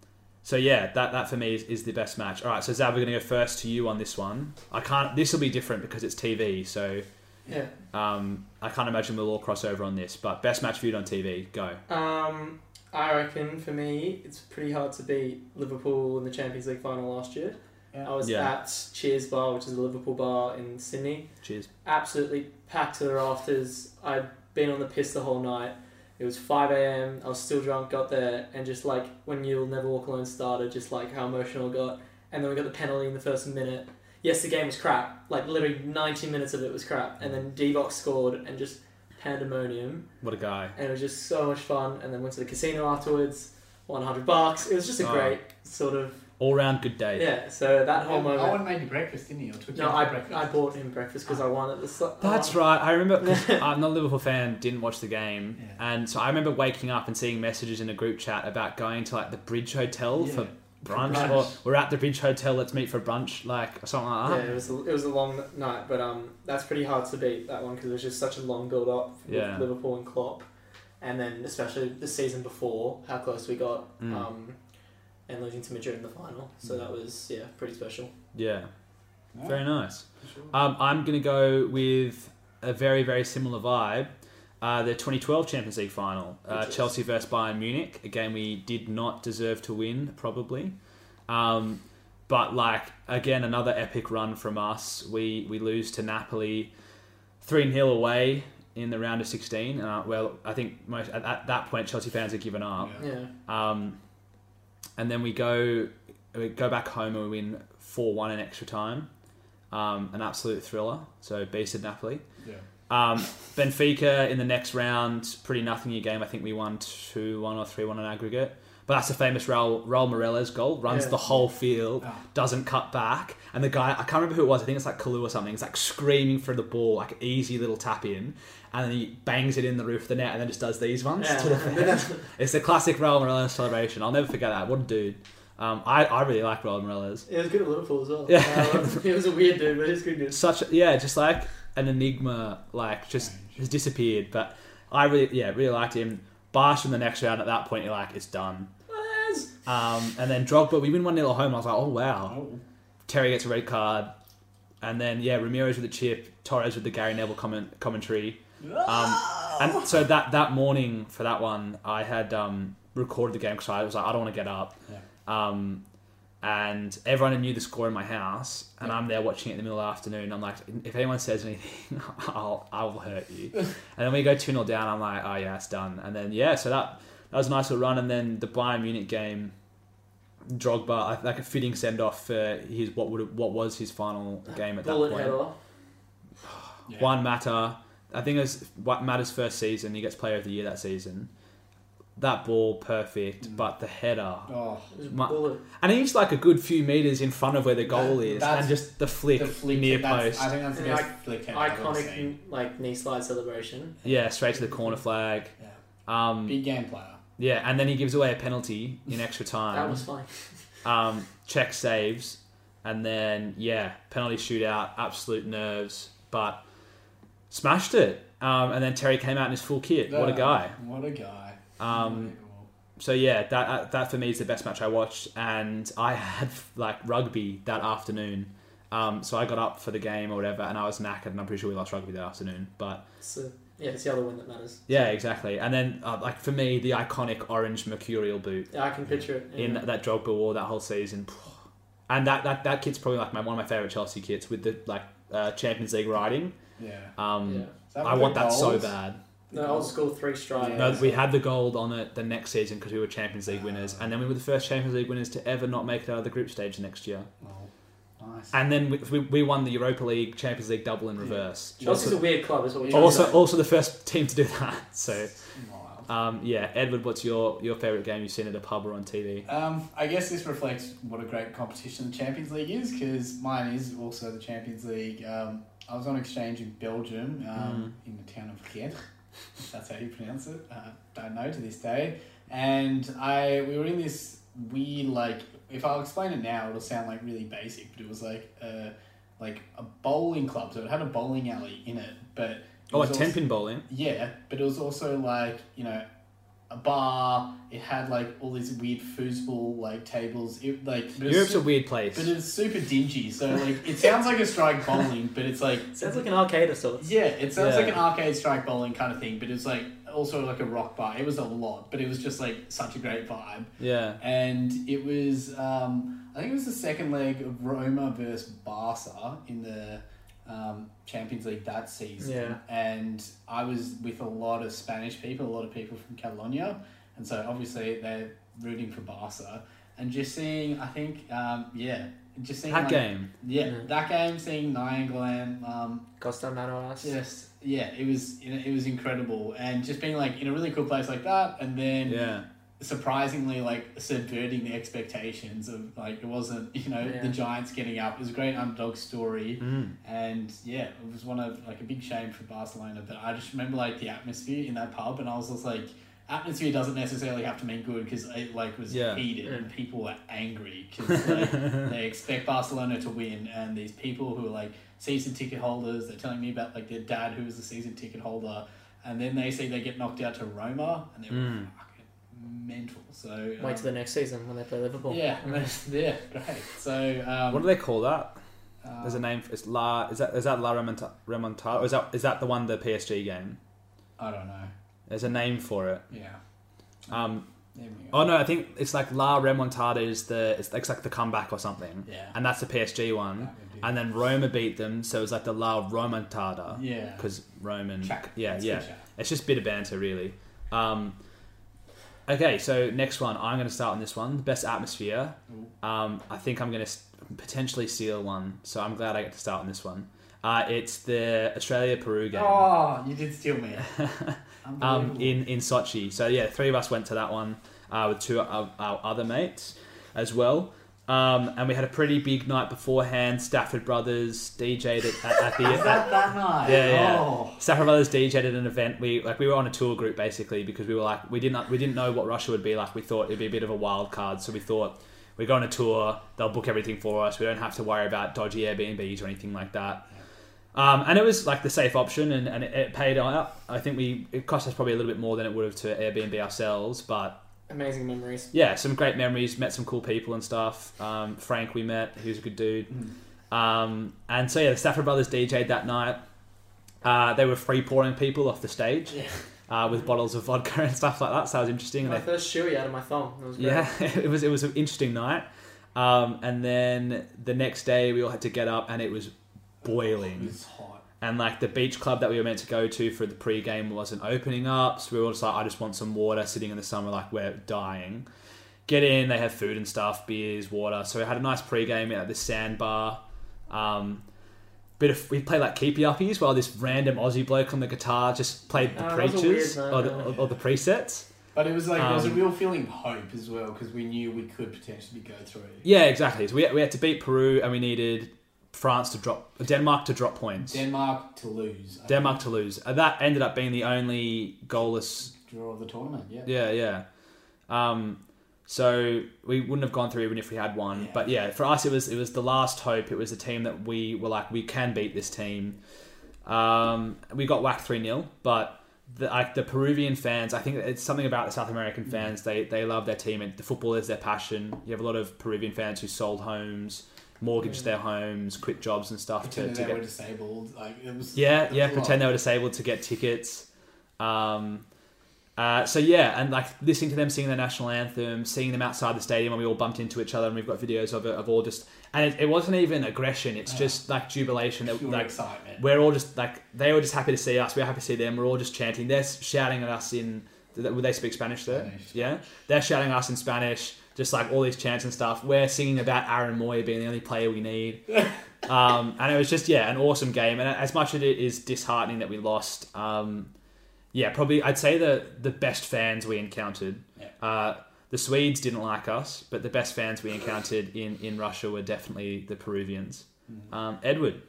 E: so yeah, that, that for me is, is the best match. All right, so Zab, we're going to go first to you on this one. I can't. This will be different because it's TV. So
D: Yeah.
E: um, I can't imagine we'll all cross over on this. But best match viewed on TV, go.
D: Um, I reckon for me, it's pretty hard to beat Liverpool in the Champions League final last year.
C: Yeah.
D: I was
E: Yeah.
D: at Cheers Bar, which is a Liverpool bar in Sydney.
E: Cheers.
D: absolutely packed to the rafters. I'd been on the piss the whole night. It was 5 a.m. I was still drunk, got there, and just like when You'll Never Walk Alone started, just like how emotional I got. And then we got the penalty in the first minute. Yes, the game was crap. Like literally 90 minutes of it was crap. And then Divock scored and just pandemonium.
E: What a guy.
D: And it was just so much fun. And then went to the casino afterwards, 100 bucks. It was just a
E: Oh.
D: great sort of.
E: All round good day.
D: Yeah, so that whole
C: Oh,
D: moment.
C: Owen made you breakfast, didn't he? Or took you
D: no,
C: for
D: I,
C: breakfast.
D: I bought him breakfast because I won at the. sl- I
E: That's
D: won-
E: right. I remember 'cause I'm not a Liverpool fan, didn't watch the game.
C: Yeah.
E: And so I remember waking up and seeing messages in a group chat about going to like the Bridge Hotel for
C: Yeah.
E: brunch,
C: brunch.
E: or we're at the Bridge Hotel, let's meet for brunch, like or something like
D: Yeah,
E: that.
D: it was a, it was a long night, but um, that's pretty hard to beat that one because it was just such a long build up with
E: Yeah.
D: Liverpool and Klopp, and then especially the season before how close we got,
E: Mm.
D: um, and losing to Madrid in the final. So that was yeah pretty special.
E: Yeah.
C: Yeah.
E: Very nice.
C: Sure.
E: Um, I'm going to go with a very, very similar vibe. Uh, the 2012 Champions League final, uh,
D: Which is-
E: Chelsea versus Bayern Munich, a game we did not deserve to win, probably. Um, but like again, another epic run from us. We we lose to Napoli, three 0 away in the round of 16. Uh, well, I think most at, at that point Chelsea fans had given up.
C: Yeah.
D: Yeah,
E: Um, and then we go we go back home and we win four one in extra time. Um, an absolute thriller. So beasted Napoli.
C: Yeah.
E: Um, Benfica in the next round, pretty nothing your game. I think we won two one or three one on aggregate. But that's the famous Raul, Raul Morales goal. Runs
D: Yeah.
E: the whole field,
C: Ah.
E: doesn't cut back, and the guy I can't remember who it was. I think it's like Kalu or something. It's like screaming for the ball, like easy little tap in, and then he bangs it in the roof of the net, and then just does these ones to the
D: yeah.
E: it's the classic Raul Morales celebration. I'll never forget that. What a dude. Um, I, I really like Raul Morales.
D: it was good at Liverpool as well.
E: Yeah.
D: Uh, it was a weird dude, but it's good news.
E: Such yeah, just like an enigma, like just has disappeared. But I really yeah, really liked him. Barsh in the next round at that point you're like, it's done. Um, and then Drogba, we win one 0 at home. I was like, oh wow.
C: Oh.
E: Terry gets a red card. And then yeah, Ramirez with the chip, Torres with the Gary Neville comment commentary. Um,
C: Oh.
E: and so that that morning for that one, I had um, recorded the game because I was like, I don't want to get up.
C: Yeah.
E: Um, and everyone knew the score in my house, and I'm there watching it in the middle of the afternoon. I'm like, if anyone says anything, I'll I'll hurt you. and then we go two 0 down. I'm like, oh yeah, it's done. And then yeah, so that that was a nice little run. And then the Bayern Munich game, Drogba, I- like a fitting send off for his what would what was his final game at that
D: Bullet
E: point.
D: header.
C: Yeah.
E: Juan Mata, I think it was Juan Mata's first season. He gets Player of the Year that season. That ball perfect,
C: Mm.
E: but the header.
C: Oh,
D: It was
E: My-
D: bullet.
E: And he's like a good few meters in front of where the goal
C: That-
E: is,
C: that's-
E: and just the flick,
C: the flick.
E: near
C: that's-
E: post.
C: I think that's the
D: And
C: best flick head I've ever seen.
D: Iconic like knee slide celebration.
E: yeah, straight to the corner flag.
C: Yeah.
E: Um,
C: Big game player.
E: yeah, and then he gives away a penalty in extra time.
D: That was fun.
E: um, check saves, and then yeah, penalty shootout, absolute nerves, but smashed it. Um, and then Terry came out in his full kit. What a
C: Uh,
E: guy!
C: What a guy.
E: Um, so yeah, that uh, that for me is the best match I watched, and I had like rugby that afternoon. Um, so I got up for the game or whatever, and I was knackered, and I'm pretty sure we lost rugby that afternoon. But
D: So yeah, it's the other one that matters.
E: yeah, exactly. And then uh, like for me, the iconic orange mercurial boot
D: Yeah, I can picture it.
E: in that Drogba wore that whole season, and that that, that kit's probably like my one of my favorite Chelsea kits with the like uh, Champions League riding.
C: Yeah.
E: Um,
D: Yeah.
C: Is that
E: I
C: with
E: want
C: the
E: that so
C: goals?
E: bad.
D: No, old school three strike.
C: Yeah.
E: No, we had the gold on it the next season because we were Champions League winners, and then we were the first Champions League winners to ever not make it out of the group stage next year.
C: Well, nice.
E: And then we, we, we won the Europa League, Champions League double in reverse.
D: Chelsea's a weird club, is what we're trying to
E: Also,
D: say.
E: also the first team to do that. So,
C: Wild.
E: um, yeah, Edward, what's your, your favorite game you've seen at a pub or on TV?
C: Um, I guess this reflects what a great competition the Champions League is because mine is also the Champions League. Um, I was on exchange in Belgium um,
E: Mm.
C: in the town of Ghent. That's how you pronounce it. Uh, don't know to this day. And I we were in this weird like if I'll explain it now it'll sound like really basic, but it was like a like a bowling club. So it had a bowling alley in it, but it
E: Oh, a
C: was also-
E: ten pin bowling.
C: yeah, but it was also like, you know, a bar. It had like all these weird foosball like tables. It like but it's
E: Europe's a
C: su-
E: weird place.
C: but it's super dingy. So like it sounds like a strike bowling, but it's like
D: sounds like an arcade of sorts.
C: yeah, it sounds
E: Yeah.
C: like an arcade strike bowling kind of thing, but it's like also like a rock bar. It was a lot, but it was just like such a great vibe.
E: Yeah.
C: And it was um I think it was the second leg of Roma versus Barca in the um, Champions League that season
D: Yeah.
C: and I was with a lot of Spanish people, a lot of people from Catalonia, and so obviously they're rooting for Barca, and just seeing, I think, um, yeah, just seeing
E: That
C: like-
E: game.
C: yeah,
D: Yeah.
C: that game, seeing Nyanglan, um,
D: Costa Manoas.
C: just yeah, it was it was incredible, and just being like in a really cool place like that, and then
E: Yeah.
C: surprisingly like subverting the expectations of like it wasn't you know
D: Yeah.
C: the Giants getting up. It was a great underdog story,
E: Mm.
C: and yeah, it was one of like a big shame for Barcelona. But I just remember like the atmosphere in that pub, and I was just like, atmosphere doesn't necessarily have to mean good because it like was
E: Yeah.
C: heated
D: Yeah.
C: and people were angry because like, they expect Barcelona to win, and these people who are like season ticket holders, they're telling me about like their dad who was a season ticket holder, and then they see they get knocked out to Roma, and they're
E: Mm.
C: fucking mental. So um,
D: Wait till the next season when they play Liverpool.
C: yeah, yeah, great. So um,
E: What do they call that?
C: uh,
E: There's a name. For, it's La. Is that is that La Remonta- Remontada? Or is that is that the one the PSG game?
C: I don't know.
E: There's a name for it.
C: Yeah.
E: Um.
C: There we go.
E: Oh no, I think it's like La Remontada is the it's, it's like the comeback or something.
C: Yeah.
E: And that's the PSG one.
C: That would be-
E: And then Roma beat them, so it was like the La Romantada.
C: Yeah.
E: oh, Because Roman.
C: Check.
E: Yeah,
C: Let's
E: yeah.
C: do check.
E: It's just a bit of banter, really. Um, okay, so next one. I'm going to start on this one. The best atmosphere. Um, I think I'm going to potentially seal one, so I'm glad I get to start on this one. Uh, it's the Australia Peru game
C: Oh, you did steal me.
E: um,
C: Unbelievable.
E: in in Sochi. So yeah, three of us went to that one uh, with two of our other mates as well. Um, and we had a pretty big night beforehand. Stafford Brothers DJ'd at, at, at the
C: Is that that night?
E: yeah, yeah.
C: Oh.
E: Stafford Brothers DJ'd at an event. We like we were on a tour group basically because we were like we didn't we didn't know what Russia would be like. We thought it'd be a bit of a wild card, so we thought we go on a tour. They'll book everything for us. We don't have to worry about dodgy Airbnbs or anything like that. Um, and it was like the safe option, and, and it, it paid out. I think we it cost us probably a little bit more than it would have to Airbnb ourselves, but
D: Amazing memories.
E: yeah, some great memories. Met some cool people and stuff. Um, Frank, we met. He was a good dude.
D: Hmm.
E: Um, and so yeah, the Stafford Brothers DJ'd that night. Uh, they were free pouring people off the stage uh, with bottles of vodka and stuff like that. So that was interesting. And
D: My
E: they
D: first shoey out of my thumb. It Oh, was great.
E: yeah, it was it was an interesting night. Um, and then the next day we all had to get up and it was boiling.
C: It's hot.
E: And like the beach club that we were meant to go to for the pre-game wasn't opening up, so we were all just like, I just want some water. Sitting in the sun, we're like, we're dying. Get in, they have food and stuff, beers, water. So we had a nice pre-game at the sand bar. Um, bit of we played like keepy uppies while this random Aussie bloke on the guitar just played the
D: Oh, that was a weird
E: preachers
D: night,
E: or, the,
D: yeah.
E: or, or the presets.
C: But it was like there was a
E: Um,
C: real feeling of hope as well because we knew we could potentially go through.
E: Yeah, exactly. So we, we had to beat Peru, and we needed France to drop Denmark to drop points.
C: Denmark to lose. I
E: Denmark to lose. Uh, That ended up being the only goalless.
C: think, Draw of the tournament, yeah.
E: Yeah, yeah. Um, so we wouldn't have gone through even if we had one.
C: Yeah.
E: But yeah, for us, it was it was the last hope. It was the team that we were like, we can beat this team. Um, we got whacked three 0 but the, like the Peruvian fans, I think it's something about the South
C: Mm.
E: American fans. They they love their team, and the football is their passion. You have a lot of Peruvian fans who sold homes, mortgaged their homes, quit jobs and stuff to,
C: Pretending
E: to
C: Mm. they
E: get
C: were disabled. Like it was.
E: yeah,
C: it was
E: yeah.
C: a lot.
E: Pretend they were disabled to get tickets. Um, uh, so yeah, and like listening to them singing the national anthem, seeing them outside the stadium, and we all bumped into each other, and we've got videos of it, of all just. And it, it wasn't even aggression; it's just like jubilation. That
C: pure
E: like
C: excitement.
E: we're all just like they were just happy to see us. We are happy to see them. We're all just chanting. They're shouting at us in. Would they speak Spanish there?
C: Spanish.
E: Yeah, they're shouting at us in Spanish, just like all these chants and stuff. We're singing about Aaron Moy being the only player we need. um, and it was just yeah, an awesome game. And as much as it is disheartening that we lost, um, yeah, probably I'd say the the best fans we encountered.
C: Yeah.
E: Uh, the Swedes didn't like us, but the best fans we encountered in, in Russia were definitely the Peruvians.
C: Mm-hmm.
E: Um, Edward,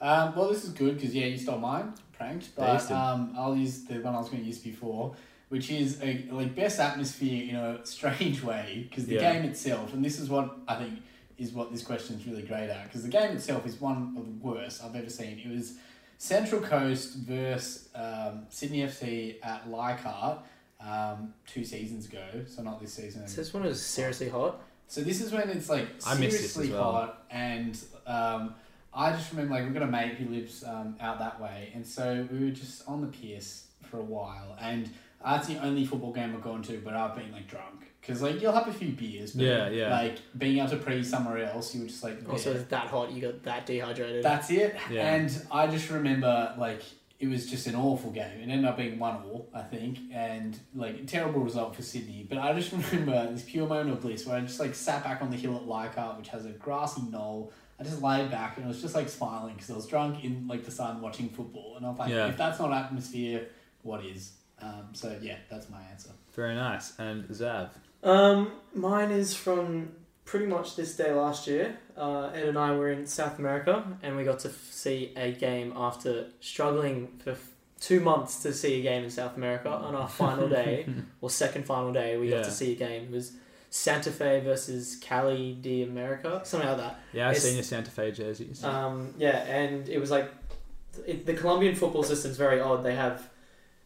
C: Um, well, this is good because yeah, you stole mine, pranked. But
E: Easton.
C: um, I'll use the one I was going to use before, which is a, like best atmosphere in a strange way because the
E: Yeah.
C: game itself, and this is what I think is what this question is really great at because the game itself is one of the worst I've ever seen. It was Central Coast versus um, Sydney FC at Leichhardt um, two seasons ago, so not this season.
D: So this one was seriously hot.
C: So this is when it's like
E: I miss this
C: seriously
E: as well.
C: hot, and um, I just remember like we've got a mate who lives um, out that way, and so we were just on the piers for a while, and that's the only football game I've gone to, but I've been like drunk because like you'll have a few beers, but,
E: Yeah, yeah.
C: like being able to pre somewhere else, you were just like
D: Also,
C: there.
D: it's that hot, you got that dehydrated.
C: That's it.
E: Yeah.
C: And I just remember like it was just an awful game. It ended up being one all, I think, and like terrible result for Sydney. But I just remember this pure moment of bliss where I just like sat back on the hill at Leichhardt, which has a grassy knoll. I just laid back and I was just like smiling because I was drunk in like the sun watching football, and I was like,
E: Yeah.
C: if that's not atmosphere, what is? Um, so yeah, that's my answer.
E: very nice, and Zav.
D: Um, mine is from pretty much this day last year. Uh, Ed and I were in South America, and we got to f- see a game after struggling for f- two months to see a game in South America. On our final day, or second final day, we got
E: Yeah.
D: to see a game. It was Santa Fe versus Cali de America, something like that.
E: Yeah, I've
D: It's-
E: seen your Santa Fe jerseys.
C: Uh.
D: Um, yeah, and it was like it, the Colombian football system's very odd. They have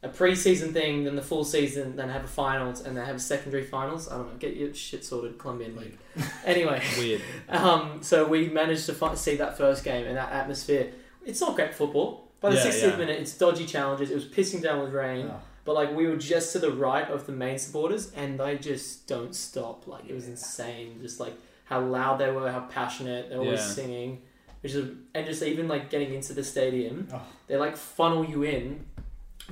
D: a preseason thing, then the full season, then have a finals, and they have secondary finals. I don't know. Get your shit sorted, Colombian league. anyway,
E: Weird.
D: um, so we managed to fi- see that first game and that atmosphere. It's not great football. By the
E: Yeah,
D: 60th
E: yeah.
D: minute, it's dodgy challenges. It was pissing down with rain,
C: Oh.
D: but like we were just to the right of the main supporters, and they just don't stop. Like it was insane, just like how loud they were, how passionate they were always
E: Yeah.
D: singing, which is and just even like getting into the stadium,
C: Oh.
D: they like funnel you in.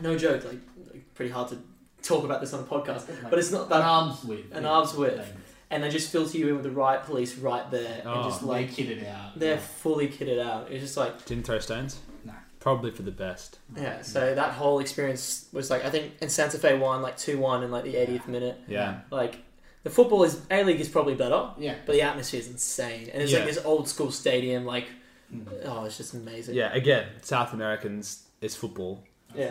D: No joke, like, like pretty hard to talk about this on a podcast, but it's not
C: an
D: that hard.
C: arms width.
D: an arm's width.
C: Like,
D: And they just filter you in with the right police right there, and
E: Oh.
D: just
C: like
D: like
C: kitted out.
D: they're fully kitted out. It's just like
E: Didn't throw stones?
C: No.
E: Probably for the best.
D: yeah. So that whole experience was like I think and Santa Fe won like two one in like the 80th minute.
E: Yeah.
D: Like the football is A League is probably better,
C: yeah.
D: but the atmosphere is insane, and it's
E: Yeah.
D: like this old school stadium. Like oh, it's just amazing.
E: Yeah, again, South Americans is football.
D: yeah.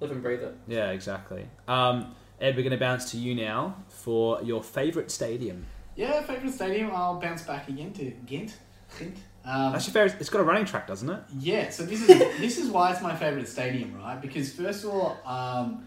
D: Live and breathe it.
E: Yeah, exactly. Um, Ed, we're going to bounce to you now for your favourite stadium.
C: Yeah, favourite stadium. I'll bounce back again to Ghent. Ghent. Um,
E: That's your favourite. It's got a running track, doesn't it?
C: yeah, so this is this is why it's my favourite stadium, right? Because first of all, um,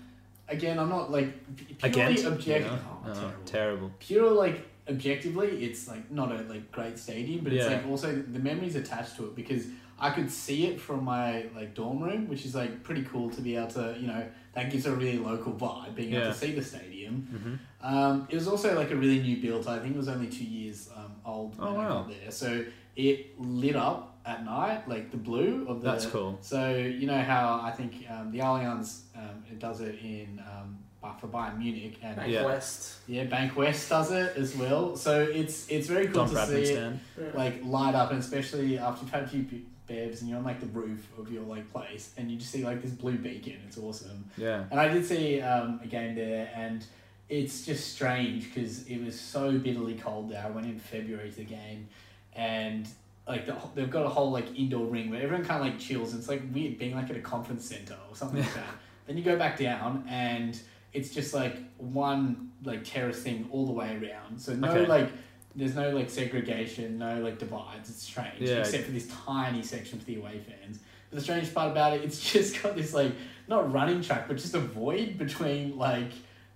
C: again, I'm not like p- purely
E: Again.
C: objective.
E: Yeah. Oh,
C: Oh, terrible.
E: terrible.
C: Pure like objectively, it's like not a like great stadium, but it's
E: Yeah.
C: like also the memories attached to it because I could see it from my like dorm room, which is like pretty cool to be able to you know that gives a really local vibe being
E: Yeah. Mm-hmm.
C: able to see the stadium. Stadium. Um, it was also like a really new build. I think it was only two years um, old
E: Oh,
C: when I
E: wow.
C: got there. So it lit up at night, like the blue of the.
E: That's cool.
C: So you know how I think um, the Allianz um, it does it in um, Ba- for Bayern Munich and
D: Bank
E: Yeah.
D: West.
C: yeah, Bank West does it as well. So it's it's very cool
E: Don
C: to
E: Bradman
C: see it,
E: stand.
D: Yeah.
C: like light up, and especially after you've had a few be- bevs and you're on like the roof of your like place, and you just see like this blue beacon. It's awesome.
E: Yeah.
C: And I did see um, a game there, and it's just strange because it was so bitterly cold there. I went in February to the game, and like the, they've got a whole like indoor ring where everyone kind of like chills. And it's like weird being like at a conference center or something like that. Then you go back down, and it's just like one like terrace thing all the way around. So no
E: Okay.
C: like. There's no like segregation, no like divides. It's strange,
E: Yeah.
C: except for this tiny section for the away fans. But the strange part about it, it's just got this like not running track, but just a void between like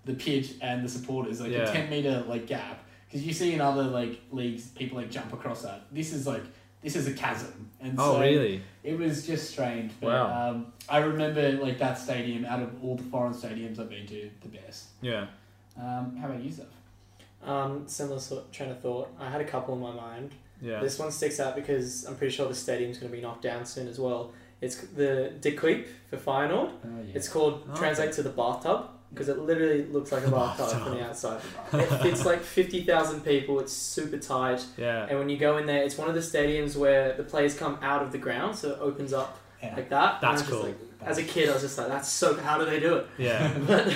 C: the pitch and the supporters, like
E: Yeah.
C: a ten meter like gap. Because you see in other like leagues, people like jump across that. This is like this is a chasm, and
E: Oh,
C: so
E: really?
C: it was just strange. But
E: Wow.
C: um, I remember like that stadium out of all the foreign stadiums I've been to, the best.
E: Yeah.
C: Um, how about you, Zeph?
D: Um, similar sort train of thought. I had a couple in my mind.
E: Yeah.
D: This one sticks out because I'm pretty sure the stadium's going to be knocked down soon as well. It's the De Kuip for Feyenoord.
C: Oh, yeah.
D: It's called
E: Oh,
D: translate to the bathtub because it literally looks like a
E: The
D: bathtub,
E: bathtub.
D: from the outside. It fits like fifty thousand people. It's super tight,
E: Yeah.
D: and when you go in there, it's one of the stadiums where the players come out of the ground, so it opens up
C: Yeah.
D: like that. And I was
E: That's
D: just
E: cool.
D: like- as a kid, I was just like, "That's so. How do they do it?"
E: Yeah.
D: But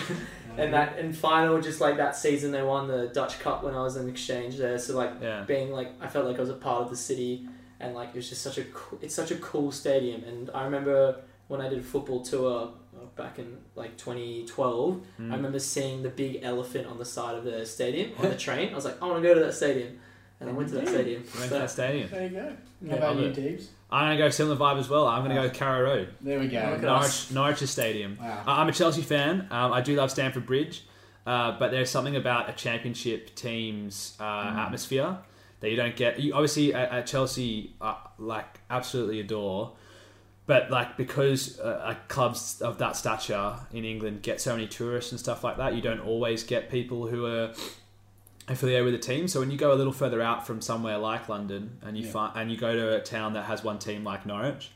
D: and that and final, just like that season, they won the Dutch Cup when I was in exchange there. So like
E: Yeah.
D: being like I felt like I was a part of the city and like it was just such a cool, it's such a cool stadium and I remember when I did a football tour uh, back in like 2012
C: Hmm.
D: I remember seeing the big elephant on the side of the stadium on the train I was like I want to go to that stadium and I went to that stadium
E: Went to
D: So,
E: that stadium.
C: there you go.
D: Yeah,
C: How about
E: love
C: you,
E: it.
C: Deebs?
E: I'm gonna go similar vibe as well. I'm gonna go Carrow Road.
C: There we
D: Look
C: go.
D: at
E: Norwich,
D: us.
E: Norwich's stadium.
C: Wow.
E: I- Uh, I'm a Chelsea fan. Um, I do love Stamford Bridge, uh, but there's something about a championship team's uh, atmosphere that you don't get. You obviously at, at Chelsea, uh, like absolutely adore, but like because uh, like clubs of that stature in England get so many tourists and stuff like that, you don't always get people who are affiliated with a team. So when you go a little further out from somewhere like London, and you
C: Yeah.
E: find and you go to a town that has one team like Norwich,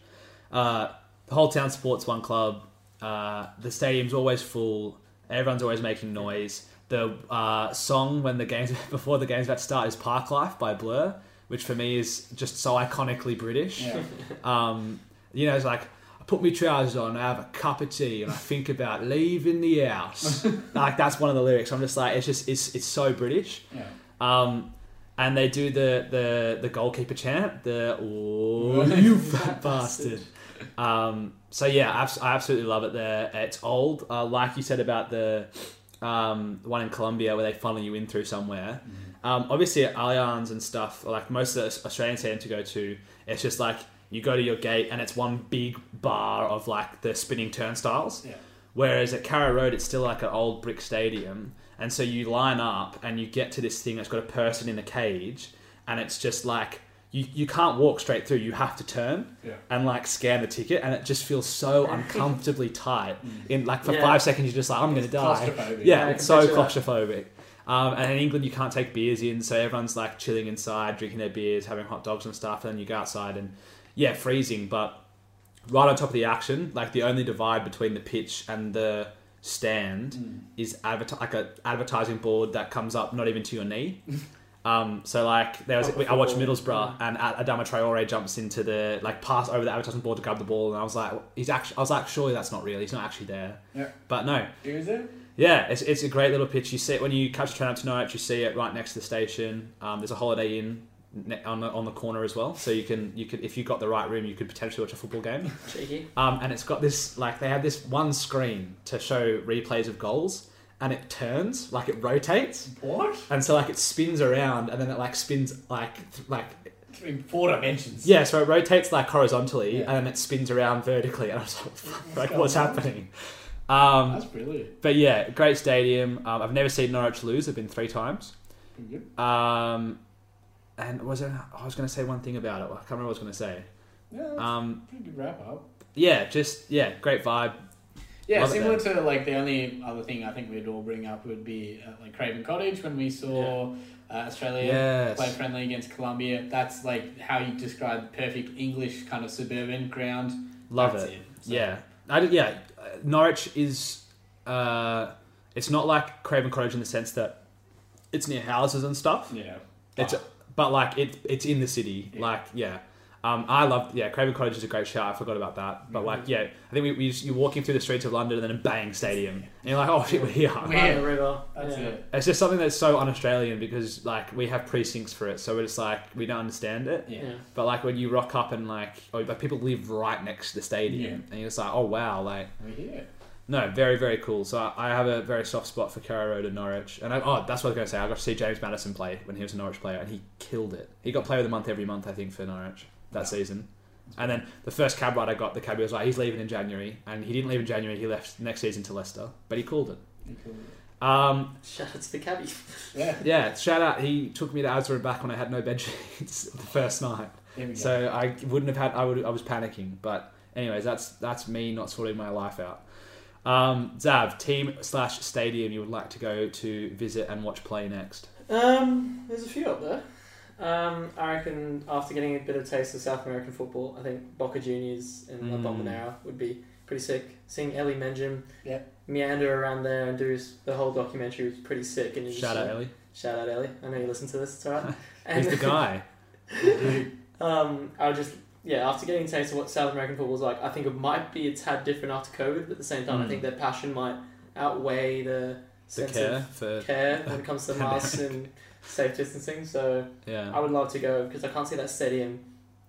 E: uh, the whole town supports one club. Uh, the stadium's always full. Everyone's always making noise. The uh, song when the game's before the game's about to start is "Park Life" by Blur, which for me is just so iconically British.
C: Yeah.
E: Um, you know, it's like I put my trousers on, I have a cup of tea, and I think about leaving the house. like that's one of the lyrics. I'm just like, it's just it's it's so British.
C: Yeah.
E: Um, and they do the the the goalkeeper chant, the "Oh, you fat bastard." Um, so yeah, abs- I absolutely love it there. It's old, uh, like you said about the um, one in Colombia where they funnel you in through somewhere. Um, obviously, at Allianz and stuff, like most of the Australian team to go to, it's just like you go to your gate and it's one big bar of like the spinning turnstiles.
C: Yeah.
E: Whereas at Carrow Road, it's still like an old brick stadium. And so you line up and you get to this thing that's got a person in a cage. And it's just like, you, you can't walk straight through. You have to turn
C: Yeah.
E: and like scan the ticket. And it just feels so uncomfortably tight. In like for
D: Yeah.
E: five seconds, you're just like, I'm going to die.
C: Mm. claustrophobic.
E: Yeah,
D: Yeah,
E: it's
D: I
E: so
D: can picture
E: claustrophobic. Um, and in England, you can't take beers in. So everyone's like chilling inside, drinking their beers, having hot dogs and stuff. And then you go outside and yeah, freezing. But right on top of the action, like the only divide between the pitch and the stand is adver- like an advertising board that comes up not even to your knee. Um, so like there was,
D: Proper
E: I watched
D: football.
E: Middlesbrough and Ad- Adama Traore jumps into the like pass over the advertising board to grab the ball, and I was like, he's actually, I was like, surely that's not real. He's not actually there.
C: Yeah.
E: But no,
C: Who is it?
E: yeah, it's, it's a great little pitch. You see it when you catch the train up to Norwich. You see it right next to the station. Um, there's a Holiday Inn ne- on the, on the corner as well, so you can you could if you got the right room, you could potentially watch a football game.
D: cheeky
E: Um, and it's got this like they have this one screen to show replays of goals, and it turns like it rotates,
C: What?
E: and so like it spins around, and then it like spins like th- like
C: Three, four dimensions.
E: yeah, so it rotates like horizontally,
C: Yeah.
E: and then it spins around vertically, and I was like, "Fuck, like
C: going
E: what's
C: on?"
E: happening? Um,
C: That's brilliant.
E: but yeah, great stadium. Um, I've never seen Norwich lose. I've been three times.
C: Pretty good.
E: Um, and was there, I was going to say one thing about it. I can't remember what I was going to say.
C: Yeah, that's
E: Um,
C: a pretty good wrap up.
E: yeah, just yeah, great vibe.
C: Yeah,
E: Love it
C: similar to like the only other thing I think we'd all bring up would be uh, like Craven Cottage when we saw uh, Australia
E: Yes.
C: play friendly against Colombia. That's like how you describe perfect English kind of suburban ground.
E: Love
C: That's
E: it.
C: So-
E: Yeah, I d yeah. uh, Norwich is. Uh, it's not like Craven Cottage in the sense that it's near houses and stuff.
C: Yeah.
E: It's but like it it's in the city.
C: Yeah.
E: Like yeah. Um, I love yeah. Craven Cottage is a great shout. I forgot about that. But
C: Mm-hmm.
E: like yeah, I think we, we just, you're walking through the streets of London and then a bang stadium, and you're like, oh shit, we're here.
C: We're-
D: By
C: Yeah.
D: the river.
C: That's
D: yeah.
C: it.
E: It's just something that's so un-Australian because like we have precincts for it, so it's like we don't understand it.
C: Yeah.
D: Yeah.
E: But like when you rock up and like, oh, but people live right next to the stadium,
C: Yeah.
E: and you're just like, oh wow, like
C: We're here.
E: no, very very cool. So I, I have a very soft spot for Carrow Road and Norwich, and I, oh, that's what I was going to say. I got to see James Madison play when he was a Norwich player, and he killed it. He got Player of the Month every month, I think, for Norwich that
C: Wow.
E: season. And then the first cab ride I got, the cabbie was like, he's leaving in January, and he didn't leave in January. He left next season to Leicester, but he called it. Um,
D: Shout out to the cabbie.
C: Yeah.
E: yeah, shout out. He took me to Asda and back when I had no bed sheets the first night,
C: There we go.
E: so I wouldn't have had. I would. I was panicking. But anyways, that's that's me not sorting my life out. Um, Zav, team slash stadium you would like to go to visit and watch play next?
D: Um, there's a few up there. Um, I reckon after getting a bit of taste of South American football, I think Boca Juniors and La
E: Mm.
D: Bombonera would be pretty sick. Seeing Ellie Menjum
C: Yep.
D: meander around there and do his, the whole documentary was pretty sick. And you just-
E: Shout out Ellie.
D: Shout out Ellie. I know you listen to this. It's alright.
E: He's the guy.
D: Um, I would just yeah. After getting a taste of what South American football's like, I think it might be a tad different after COVID, but at the same time, I
E: Mm.
D: think their passion might outweigh the
E: The
D: sense
E: care for
D: of care when it comes to masks and safe distancing. So I
E: yeah.
D: would love to go because I can't see that stadium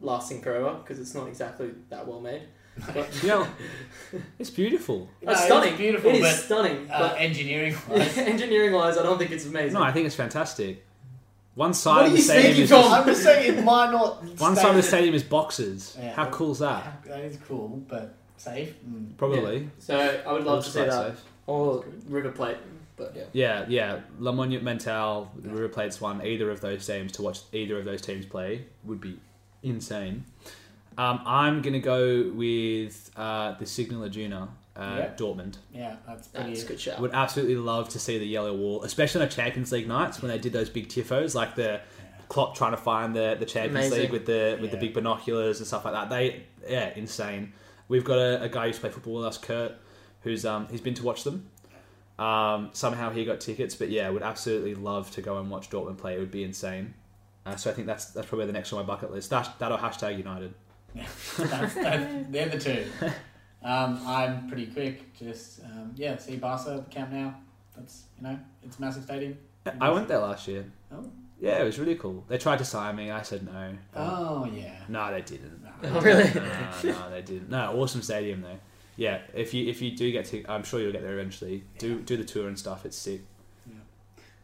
D: lasting forever because it's not exactly that well made. But
E: You know, it's beautiful.
C: No,
D: it's
C: it's
D: stunning.
C: beautiful,
D: It is
C: but,
D: stunning.
C: uh,
D: But
C: engineering wise.
D: engineering wise, I don't think it's amazing.
E: No, I think it's fantastic. One
D: What
E: side
D: are
E: of the
D: you
E: stadium
D: speaking
E: is
D: from?
E: just-
D: I'm
C: just saying it might not.
E: one side of the stadium is boxes.
C: Yeah.
E: How cool is that?
C: That is cool, but safe. Mm.
E: Probably.
D: so I would love to
E: Looks
D: see
E: quite
D: that.
E: safe.
D: Or River Plate, but yeah.
E: Yeah, yeah. La Monumental, the River Plate's one, either of those teams to watch either of those teams play would be insane. Um, I'm going to go with uh, the Signal Iduna, uh,
C: Yeah.
E: Dortmund.
C: Yeah, that's pretty.
D: That's a good shout.
E: Would absolutely love to see the yellow wall, especially on Champions League nights when they did those big tifos, like the Klopp trying to find the, the Champions
D: Amazing.
E: League with the with the
C: Yeah.
E: big binoculars and stuff like that. They yeah, insane. We've got a, a guy who's played football with us, Kurt, who's um he's been to watch them. Um, somehow he got tickets, but yeah, would absolutely love to go and watch Dortmund play. It would be insane. Uh, so I think that's that's probably the next on my bucket list. That, that or hashtag United.
C: That's, that, they're the two. Um, I'm pretty quick. Just um, yeah, see Barca at the Camp Now. That's you know, it's a massive stadium.
E: I went there last year.
C: Oh.
E: Yeah, it was really cool. They tried to sign me. I said no.
C: Oh yeah.
E: No, they didn't.
D: Oh, really?
E: no, no, they didn't. No, awesome stadium though. Yeah, if you if you do get to, I'm sure you'll get there eventually. Do do the tour and stuff. It's sick.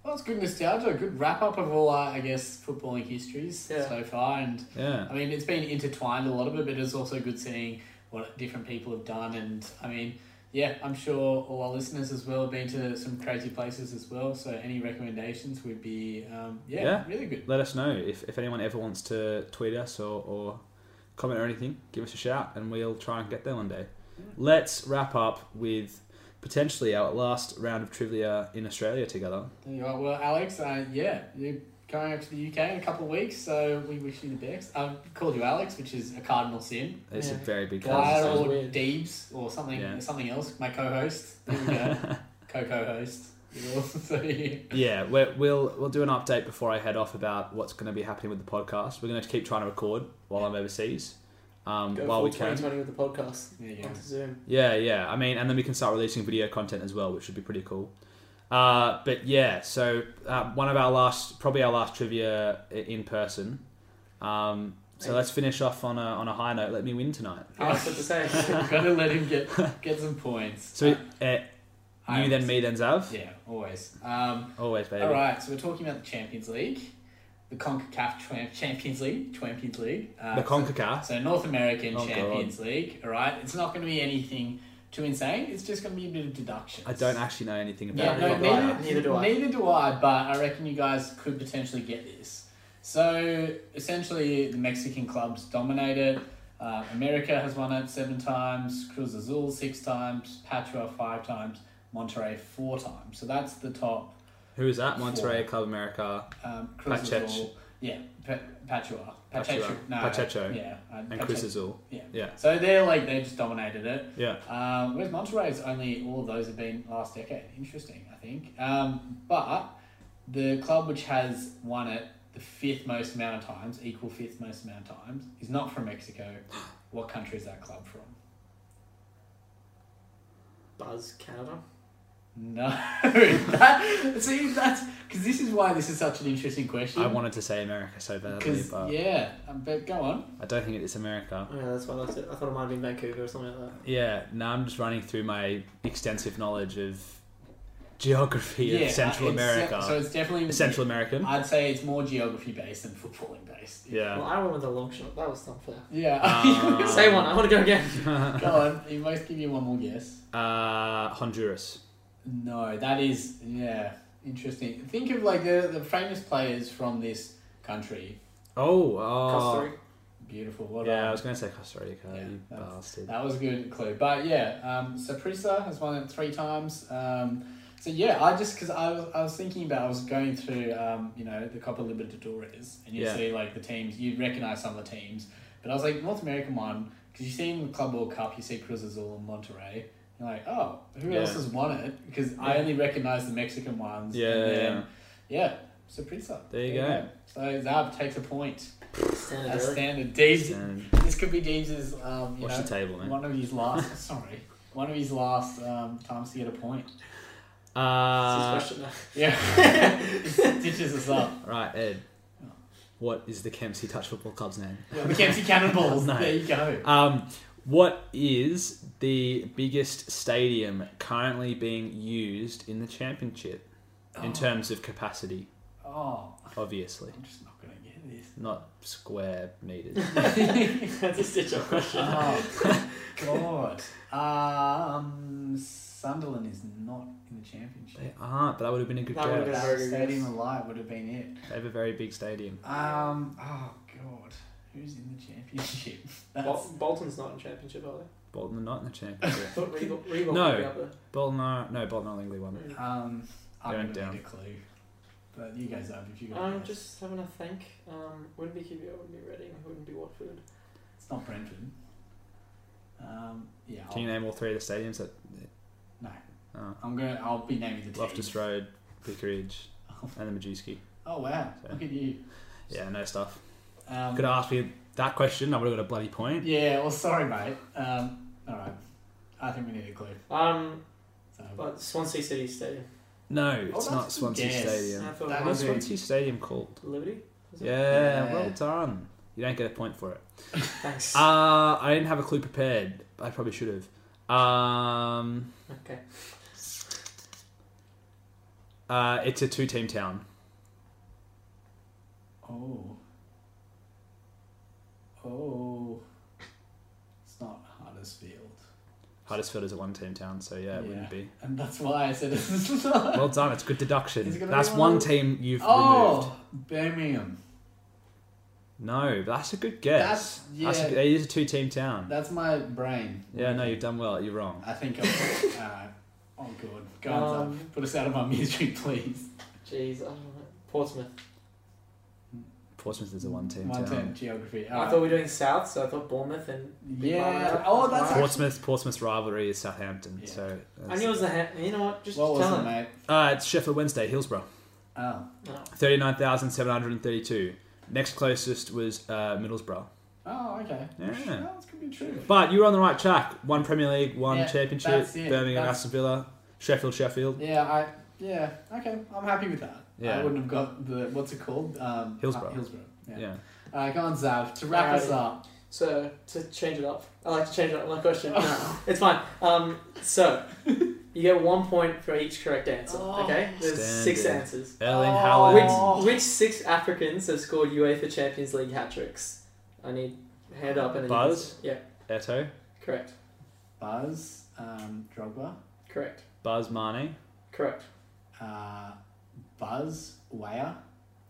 C: Well, it's good nostalgia. Good wrap up of all our, I guess, footballing histories
D: Yeah.
C: so far, and
E: Yeah,
C: I mean, it's been intertwined a lot of it, but it's also good seeing what different people have done. And I mean, yeah, I'm sure all our listeners as well have been to some crazy places as well. So any recommendations would be, um, yeah,
E: Yeah.
C: really good.
E: let us know if, if anyone ever wants to tweet us or, or comment or anything. Give us a shout and we'll try and get there one day. Let's wrap up with potentially our last round of trivia in Australia together.
C: There you are. Well, Alex, uh, yeah, you're going up to the UK in a couple of weeks, so we wish you the best. I called you Alex, which is a cardinal sin.
E: It's a
D: Yeah.
E: very big
C: Guy
D: Cardinal
E: cause.
D: sounds
C: or
D: weird.
C: Deebs or something,
E: Yeah.
C: something else. My co-host. There we go. Co-co-host. You know, so, yeah.
E: Yeah, we're, we'll we'll do an update before I head off about what's going to be happening with the podcast. We're going to keep trying to record while I'm overseas, um,
D: Go
E: while
D: full
E: we can.
D: 2020 with the podcast.
C: There you go.
D: Onto Zoom.
E: Yeah, yeah. I mean, and then we can start releasing video content as well, which would be pretty cool. Uh, but yeah, so uh, one of our last, probably our last trivia i- in person. Um, so let's finish off on a on a high note. Let me win tonight.
D: I was about to say.
C: Gotta let him get get some points.
E: So uh,
C: I
E: you then
C: was-
E: me then Zav.
C: Yeah, always. Um,
E: Always, baby.
C: all right, so we're talking about the Champions League, the CONCACAF Tram- Champions League, Champions League. Uh,
E: The Concacaf.
C: So North American
E: Oh, God.
C: Champions League. All right, it's not going to be anything too insane. It's just going to be a bit of deduction.
E: I don't actually know anything
C: Yeah,
E: about
C: no,
E: it.
C: neither,
D: Neither do I. Neither do I.
C: Neither do I, but I reckon you guys could potentially get this. So essentially, the Mexican clubs dominate it. Uh, America has won it seven times, Cruz Azul six times, Patra five times, Monterrey four times. So that's the top.
E: Who is that? Monterrey Club America.
C: Um, Cruz
E: Pachech.
C: Azul, yeah, pa- Pachua,
E: Pachua.
C: Pachecho, no,
E: Pachecho.
C: yeah, uh,
E: And
C: Pache-
E: Cruz Azul.
C: yeah.
E: Yeah.
C: So they're like they just dominated it.
E: Yeah.
C: Um, whereas Monterrey's only all of those have been last decade. Interesting, I think. Um, but the club which has won it the fifth most amount of times, equal fifth most amount of times, is not from Mexico. What country is that club from?
D: Buzz Canada.
C: No, that, see that's because this is why this is such an interesting question.
E: I wanted to say America so badly,
C: 'Cause-
E: but
C: yeah, um, but go on.
E: I don't think it is America.
D: Oh, Yeah, that's why I left it. I thought it might have been Vancouver or something like that.
E: Yeah, now I'm just running through my extensive knowledge of geography of Central
C: uh, it's-
E: America.
C: So it's definitely
E: Central American.
C: I'd say it's more geography based than footballing based.
D: Well,
E: yeah.
D: I went with a long shot. That was unfair.
C: Yeah.
E: Um,
D: Say one. I want to go again.
C: Go on, you must give me one more guess.
E: Uh, Honduras.
C: No, that is yeah, interesting. Think of like the the famous players from this country.
E: Oh, uh,
D: Costa Rica.
C: Beautiful, what
E: yeah, I
C: a-
E: was going to say Costa Rica,
C: Yeah,
E: you
C: that's-
E: bastard.
C: that was a good clue. But yeah, um, Saprissa has won it three times. Um, so yeah, I just because I was I was thinking about I was going through um, you know the Copa Libertadores and you
E: Yeah.
C: see like the teams you recognize some of the teams, but I was like North American one because you see in the Club World Cup you see Cruz Azul and Monterrey. You're like, oh, who
E: Yeah.
C: else has won it? Because I only recognize the Mexican ones.
E: Yeah,
C: and
E: yeah.
C: then, yeah. Saprissa.
E: There you go.
C: So Zab takes a point.
D: Standard
C: That's
D: error.
C: standard. Deems-
E: And
C: This could be James's. Um, you
E: watch
C: know,
E: the table, man.
C: one of his last, sorry, one of his last um, times to get a point.
E: Uh,
D: It's his question now.
C: Yeah, stitches us up.
E: right, Ed.
C: Oh.
E: What is the Kempsey Touch Football Club's name?
C: Yeah, Mackenzie Cannonballs.
E: No.
C: There you go.
E: Um, what is the biggest stadium currently being used in the championship in terms of capacity?
C: Oh,
E: Obviously,
C: I'm just not gonna get this.
E: not square meters.
D: That's a stitch up question.
C: Oh God. Um, Sunderland is not in the championship.
E: they aren't, but that would have been a good
D: That would have been
E: guess.
D: a- Very good
C: Stadium
D: guess.
C: Alive would have been it.
E: They have a very big stadium.
C: Um. Oh God. Who's in the championship? That's,
D: Bol- Bolton's not in championship, are they?
E: Bolton are not in the championship.
D: I thought Reebok, Reebok
E: No.
D: would be up there. Mm.
E: Bolton are no Bolton are in League One.
C: um. I
E: They
C: don't
E: went
C: need
E: down.
C: a clue. But you guys have if you got. a
D: I'm
C: guess.
D: just having a think. Um, wouldn't be QPR, wouldn't be Reading, wouldn't be Watford.
C: It's not Brentford. Um, yeah, I'll,
E: Can you name all three of the stadiums that
C: no.
E: Oh.
C: I'm gonna. I'll be naming the teams.
E: Loftus Road, Vicarage,
C: Oh.
E: and the Majewski?
C: Oh wow!
E: So-
C: Look at you.
E: Yeah, no stuff.
C: Um,
E: Could have asked me that question, I would have got a bloody point.
C: yeah. Well, sorry, mate. Um, all right. I think we need a clue.
D: Um,
C: So.
D: but Swansea City Stadium.
E: No,
C: Oh,
E: it's
C: that's
E: not
C: a
E: Swansea
C: guess.
E: Stadium.
D: I thought
C: That
D: it
E: What's
D: was
C: is-
E: Swansea Stadium called?
D: Liberty. Is it?
E: Yeah,
C: Yeah.
E: well done. You don't get a point for it.
D: Thanks.
C: Ah.
E: Uh, I didn't have a clue prepared. I probably should have. Um,
D: okay.
E: uh, it's a two-team town.
C: oh. Oh. It's not Huddersfield,
E: Huddersfield is a one-team town, so yeah, it
C: Yeah.
E: wouldn't be.
C: and that's why I said it's not.
E: Well done. It's good
C: Is it
E: deduction.
C: gonna
E: That's
C: be
E: one
C: one-
E: team you've removed.
C: oh, Birmingham.
E: No, that's a good guess.
C: That's- yeah.
E: That's a, it is a two-team town.
C: That's my brain.
E: yeah, no, you've done well. You're wrong.
C: I think I'm. uh, oh, God. Go on,
D: Um,
C: Zab. Put us out of our misery, please.
D: Jeez, I don't know. Portsmouth.
E: Portsmouth is a one-team
C: One
E: town.
C: ten geography. Uh,
D: I thought we were doing South, so I thought Bournemouth and. Big
C: Yeah.
D: Marlborough.
C: Oh, that's
D: why.
E: Portsmouth, Portsmouth's rivalry is Southampton.
C: Yeah.
E: So
D: I knew it was the. Ha- you know what? Just
C: what was
D: tell
C: it,
D: him.
C: mate?
E: uh, it's Sheffield Wednesday, Hillsborough,
C: Oh,
D: No.
E: thirty-nine thousand seven hundred and thirty-two. Next closest was uh, Middlesbrough.
C: oh, okay.
E: Yeah.
C: Oh, this could be true.
E: But you were on the right track. One Premier League, one
C: Yeah,
E: Championship.
C: that's it.
E: Birmingham,
C: That's-
E: Aston Villa, Sheffield, Sheffield,
C: Yeah, I. Yeah, okay. I'm happy with that.
E: Yeah.
C: I wouldn't have got the what's it called? Um,
E: Hillsborough.
C: uh, Hillsborough.
E: yeah.
C: Yeah. Uh, go on, Zav. To wrap us
D: Alrighty.
C: up.
D: So to change it up, I like to change it up. My question. No, it's fine. Um, so you get one point for each correct answer.
C: Oh.
D: Okay, there's six
E: Standard.
D: answers.
E: Erling
C: Oh.
E: Haaland.
D: Which which six Africans have scored UEFA Champions League hat tricks? I need hand up and then you can
E: Buzz?
D: say- Yeah,
E: Eto,
D: correct,
C: Buzz, um, Drogba,
D: correct,
E: Buzz Marnie,
D: correct.
C: uh, Buzz, Weyer,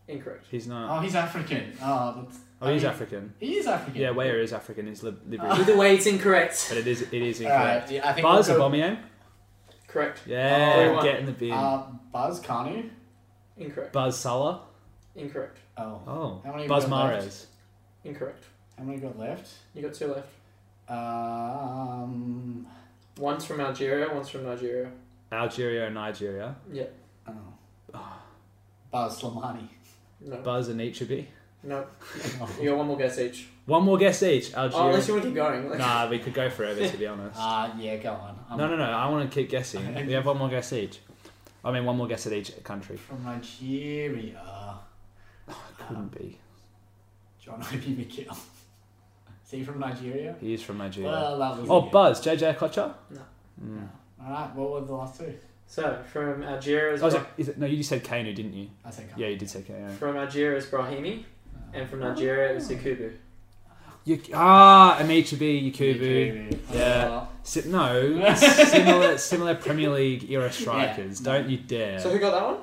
D: Incorrect.
E: He's not.
C: Oh, he's African. Oh, that's,
E: Oh,
C: I
E: he's
C: mean,
E: African.
C: He is African.
E: Yeah, where is African is Lib- Liberia,
D: Either way, it's incorrect.
E: but it is it is
C: Oh. All right.
E: incorrect.
C: yeah, I think
E: Buzz
C: we'll go-
E: Aubameyang.
D: Correct.
E: Yeah,
D: Oh.
E: get in the bin.
C: Uh, Buzz Kanu.
D: Incorrect.
E: Buzz Salah.
D: Incorrect.
C: Oh.
E: Oh,
C: How many
E: Buzz
C: have we got
E: Mahrez.
D: Incorrect.
C: How many got left?
D: You got two left.
C: Um.
D: One's from Algeria. One's from Nigeria.
E: Algeria and Nigeria.
D: Yeah.
C: Oh. Buzz Slimani.
D: No.
E: Buzz and Ichibi.
D: No. You got one more guess each.
E: One more guess each.
D: Oh,
E: Algeria.
D: unless you want to keep going. Like,
E: nah, we could go forever to be honest.
C: Uh, yeah, go on. I'm
E: No, no, no. I want to keep guessing. We have one more guess each. I mean, one more guess at each country.
C: From Nigeria.
E: Oh,
C: Ah,
E: Couldn't be.
C: John Obi McGill. Is he from Nigeria?
E: He is from Nigeria.
C: Well, that was
E: Oh,
C: it.
E: Buzz. JJ Kocha. Hmm.
C: All right, what were the last two?
D: So from Algeria is,
E: Oh, is it,
D: Bra-
E: is it, no, you just said Kanu, didn't you?
C: I said
E: Yeah, Oh. you did say Kanu.
D: from Algeria is Brahimi,
C: Uh,
D: and from Nigeria it was Yakubu.
E: You, ah, Amichibi, Yakubu.
C: Yeah.
E: Si- no, similar, similar Premier League era strikers.
C: Yeah.
E: Don't you dare.
D: So who got that one?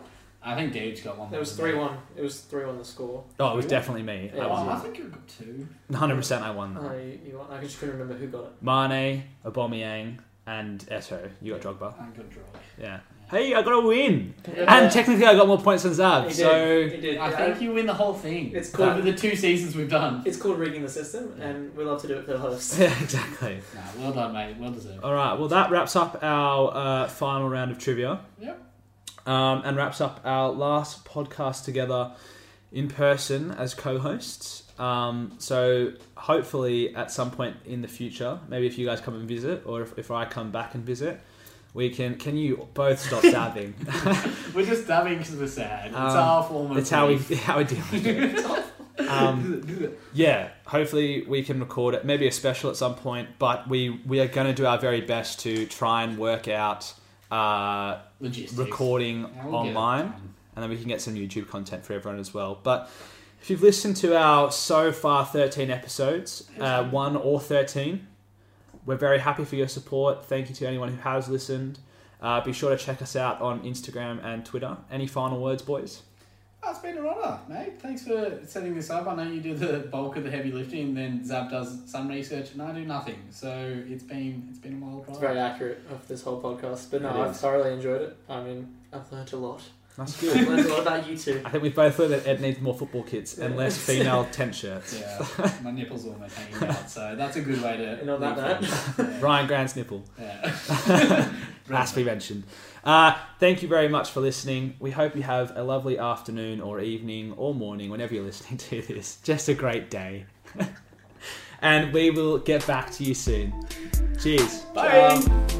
C: I think Dave's got one.
D: It was three one. It was three one the score.
E: oh, it was definitely me.
D: Yeah.
E: I
C: Oh, I
E: was
C: think you got two.
E: it. 100% I won
D: Oh,
E: that.
D: you, you want, I just couldn't remember who got it.
E: Mane, Aubameyang, and Eto. You got Drogba.
C: I got draw.
E: Yeah. Hey, I got a win.
D: Yeah.
E: And technically, I got more points than
D: He
E: Zab.
D: did.
E: So
D: he did.
C: I think you win the whole thing.
D: uh, It's
C: Over
D: called-
C: the two seasons we've done.
D: it's called rigging the system, and we love to do it for the host.
E: yeah, exactly.
C: Nah, well done, mate. Well deserved.
E: All right. Well, that wraps up our uh, final round of trivia.
C: Yep.
E: Um, and wraps up our last podcast together in person as co-hosts. Um, so hopefully, at some point in the future, maybe if you guys come and visit, or if, if I come back and visit, we can. Can you both stop dabbing?
C: We're just dabbing because we're sad. It's
E: Um,
C: our form of
E: That's how we
C: grief.
E: how we deal with it. Um, yeah, hopefully we can record it. Maybe a special at some point, but we we are going to do our very best to try and work out uh,
C: logistics.
E: recording
C: Yeah, we'll get it
E: online,
C: done.
E: and then we can get some YouTube content for everyone as well. But if you've listened to our so far thirteen episodes, uh, one or thirteen, we're very happy for your support. Thank you to anyone who has listened. Uh, be sure to check us out on Instagram and Twitter. Any final words, boys?
C: Oh, it's been an honour, mate. Thanks for setting this up. I know you do the bulk of the heavy lifting, and then Zab does some research, and I do nothing. So it's been it's been a wild ride.
D: It's very accurate of this whole podcast, but no,
E: It
D: I've
E: is.
D: thoroughly enjoyed it. I mean, I've learnt a lot.
E: That's
D: I've learnt a lot about you two.
E: I think we both learned that Ed needs more football kits and less female tent shirts.
C: Yeah, my nipples are almost hanging out, so that's a good way to.
D: And on that
C: note,
E: Ryan Grant's nipple
C: yeah.
E: has to be mentioned. Uh, thank you very much for listening. We hope you have a lovely afternoon or evening or morning whenever you're listening to this. Just a great day. and we will get back to you soon. Cheers.
C: Bye.
D: Um,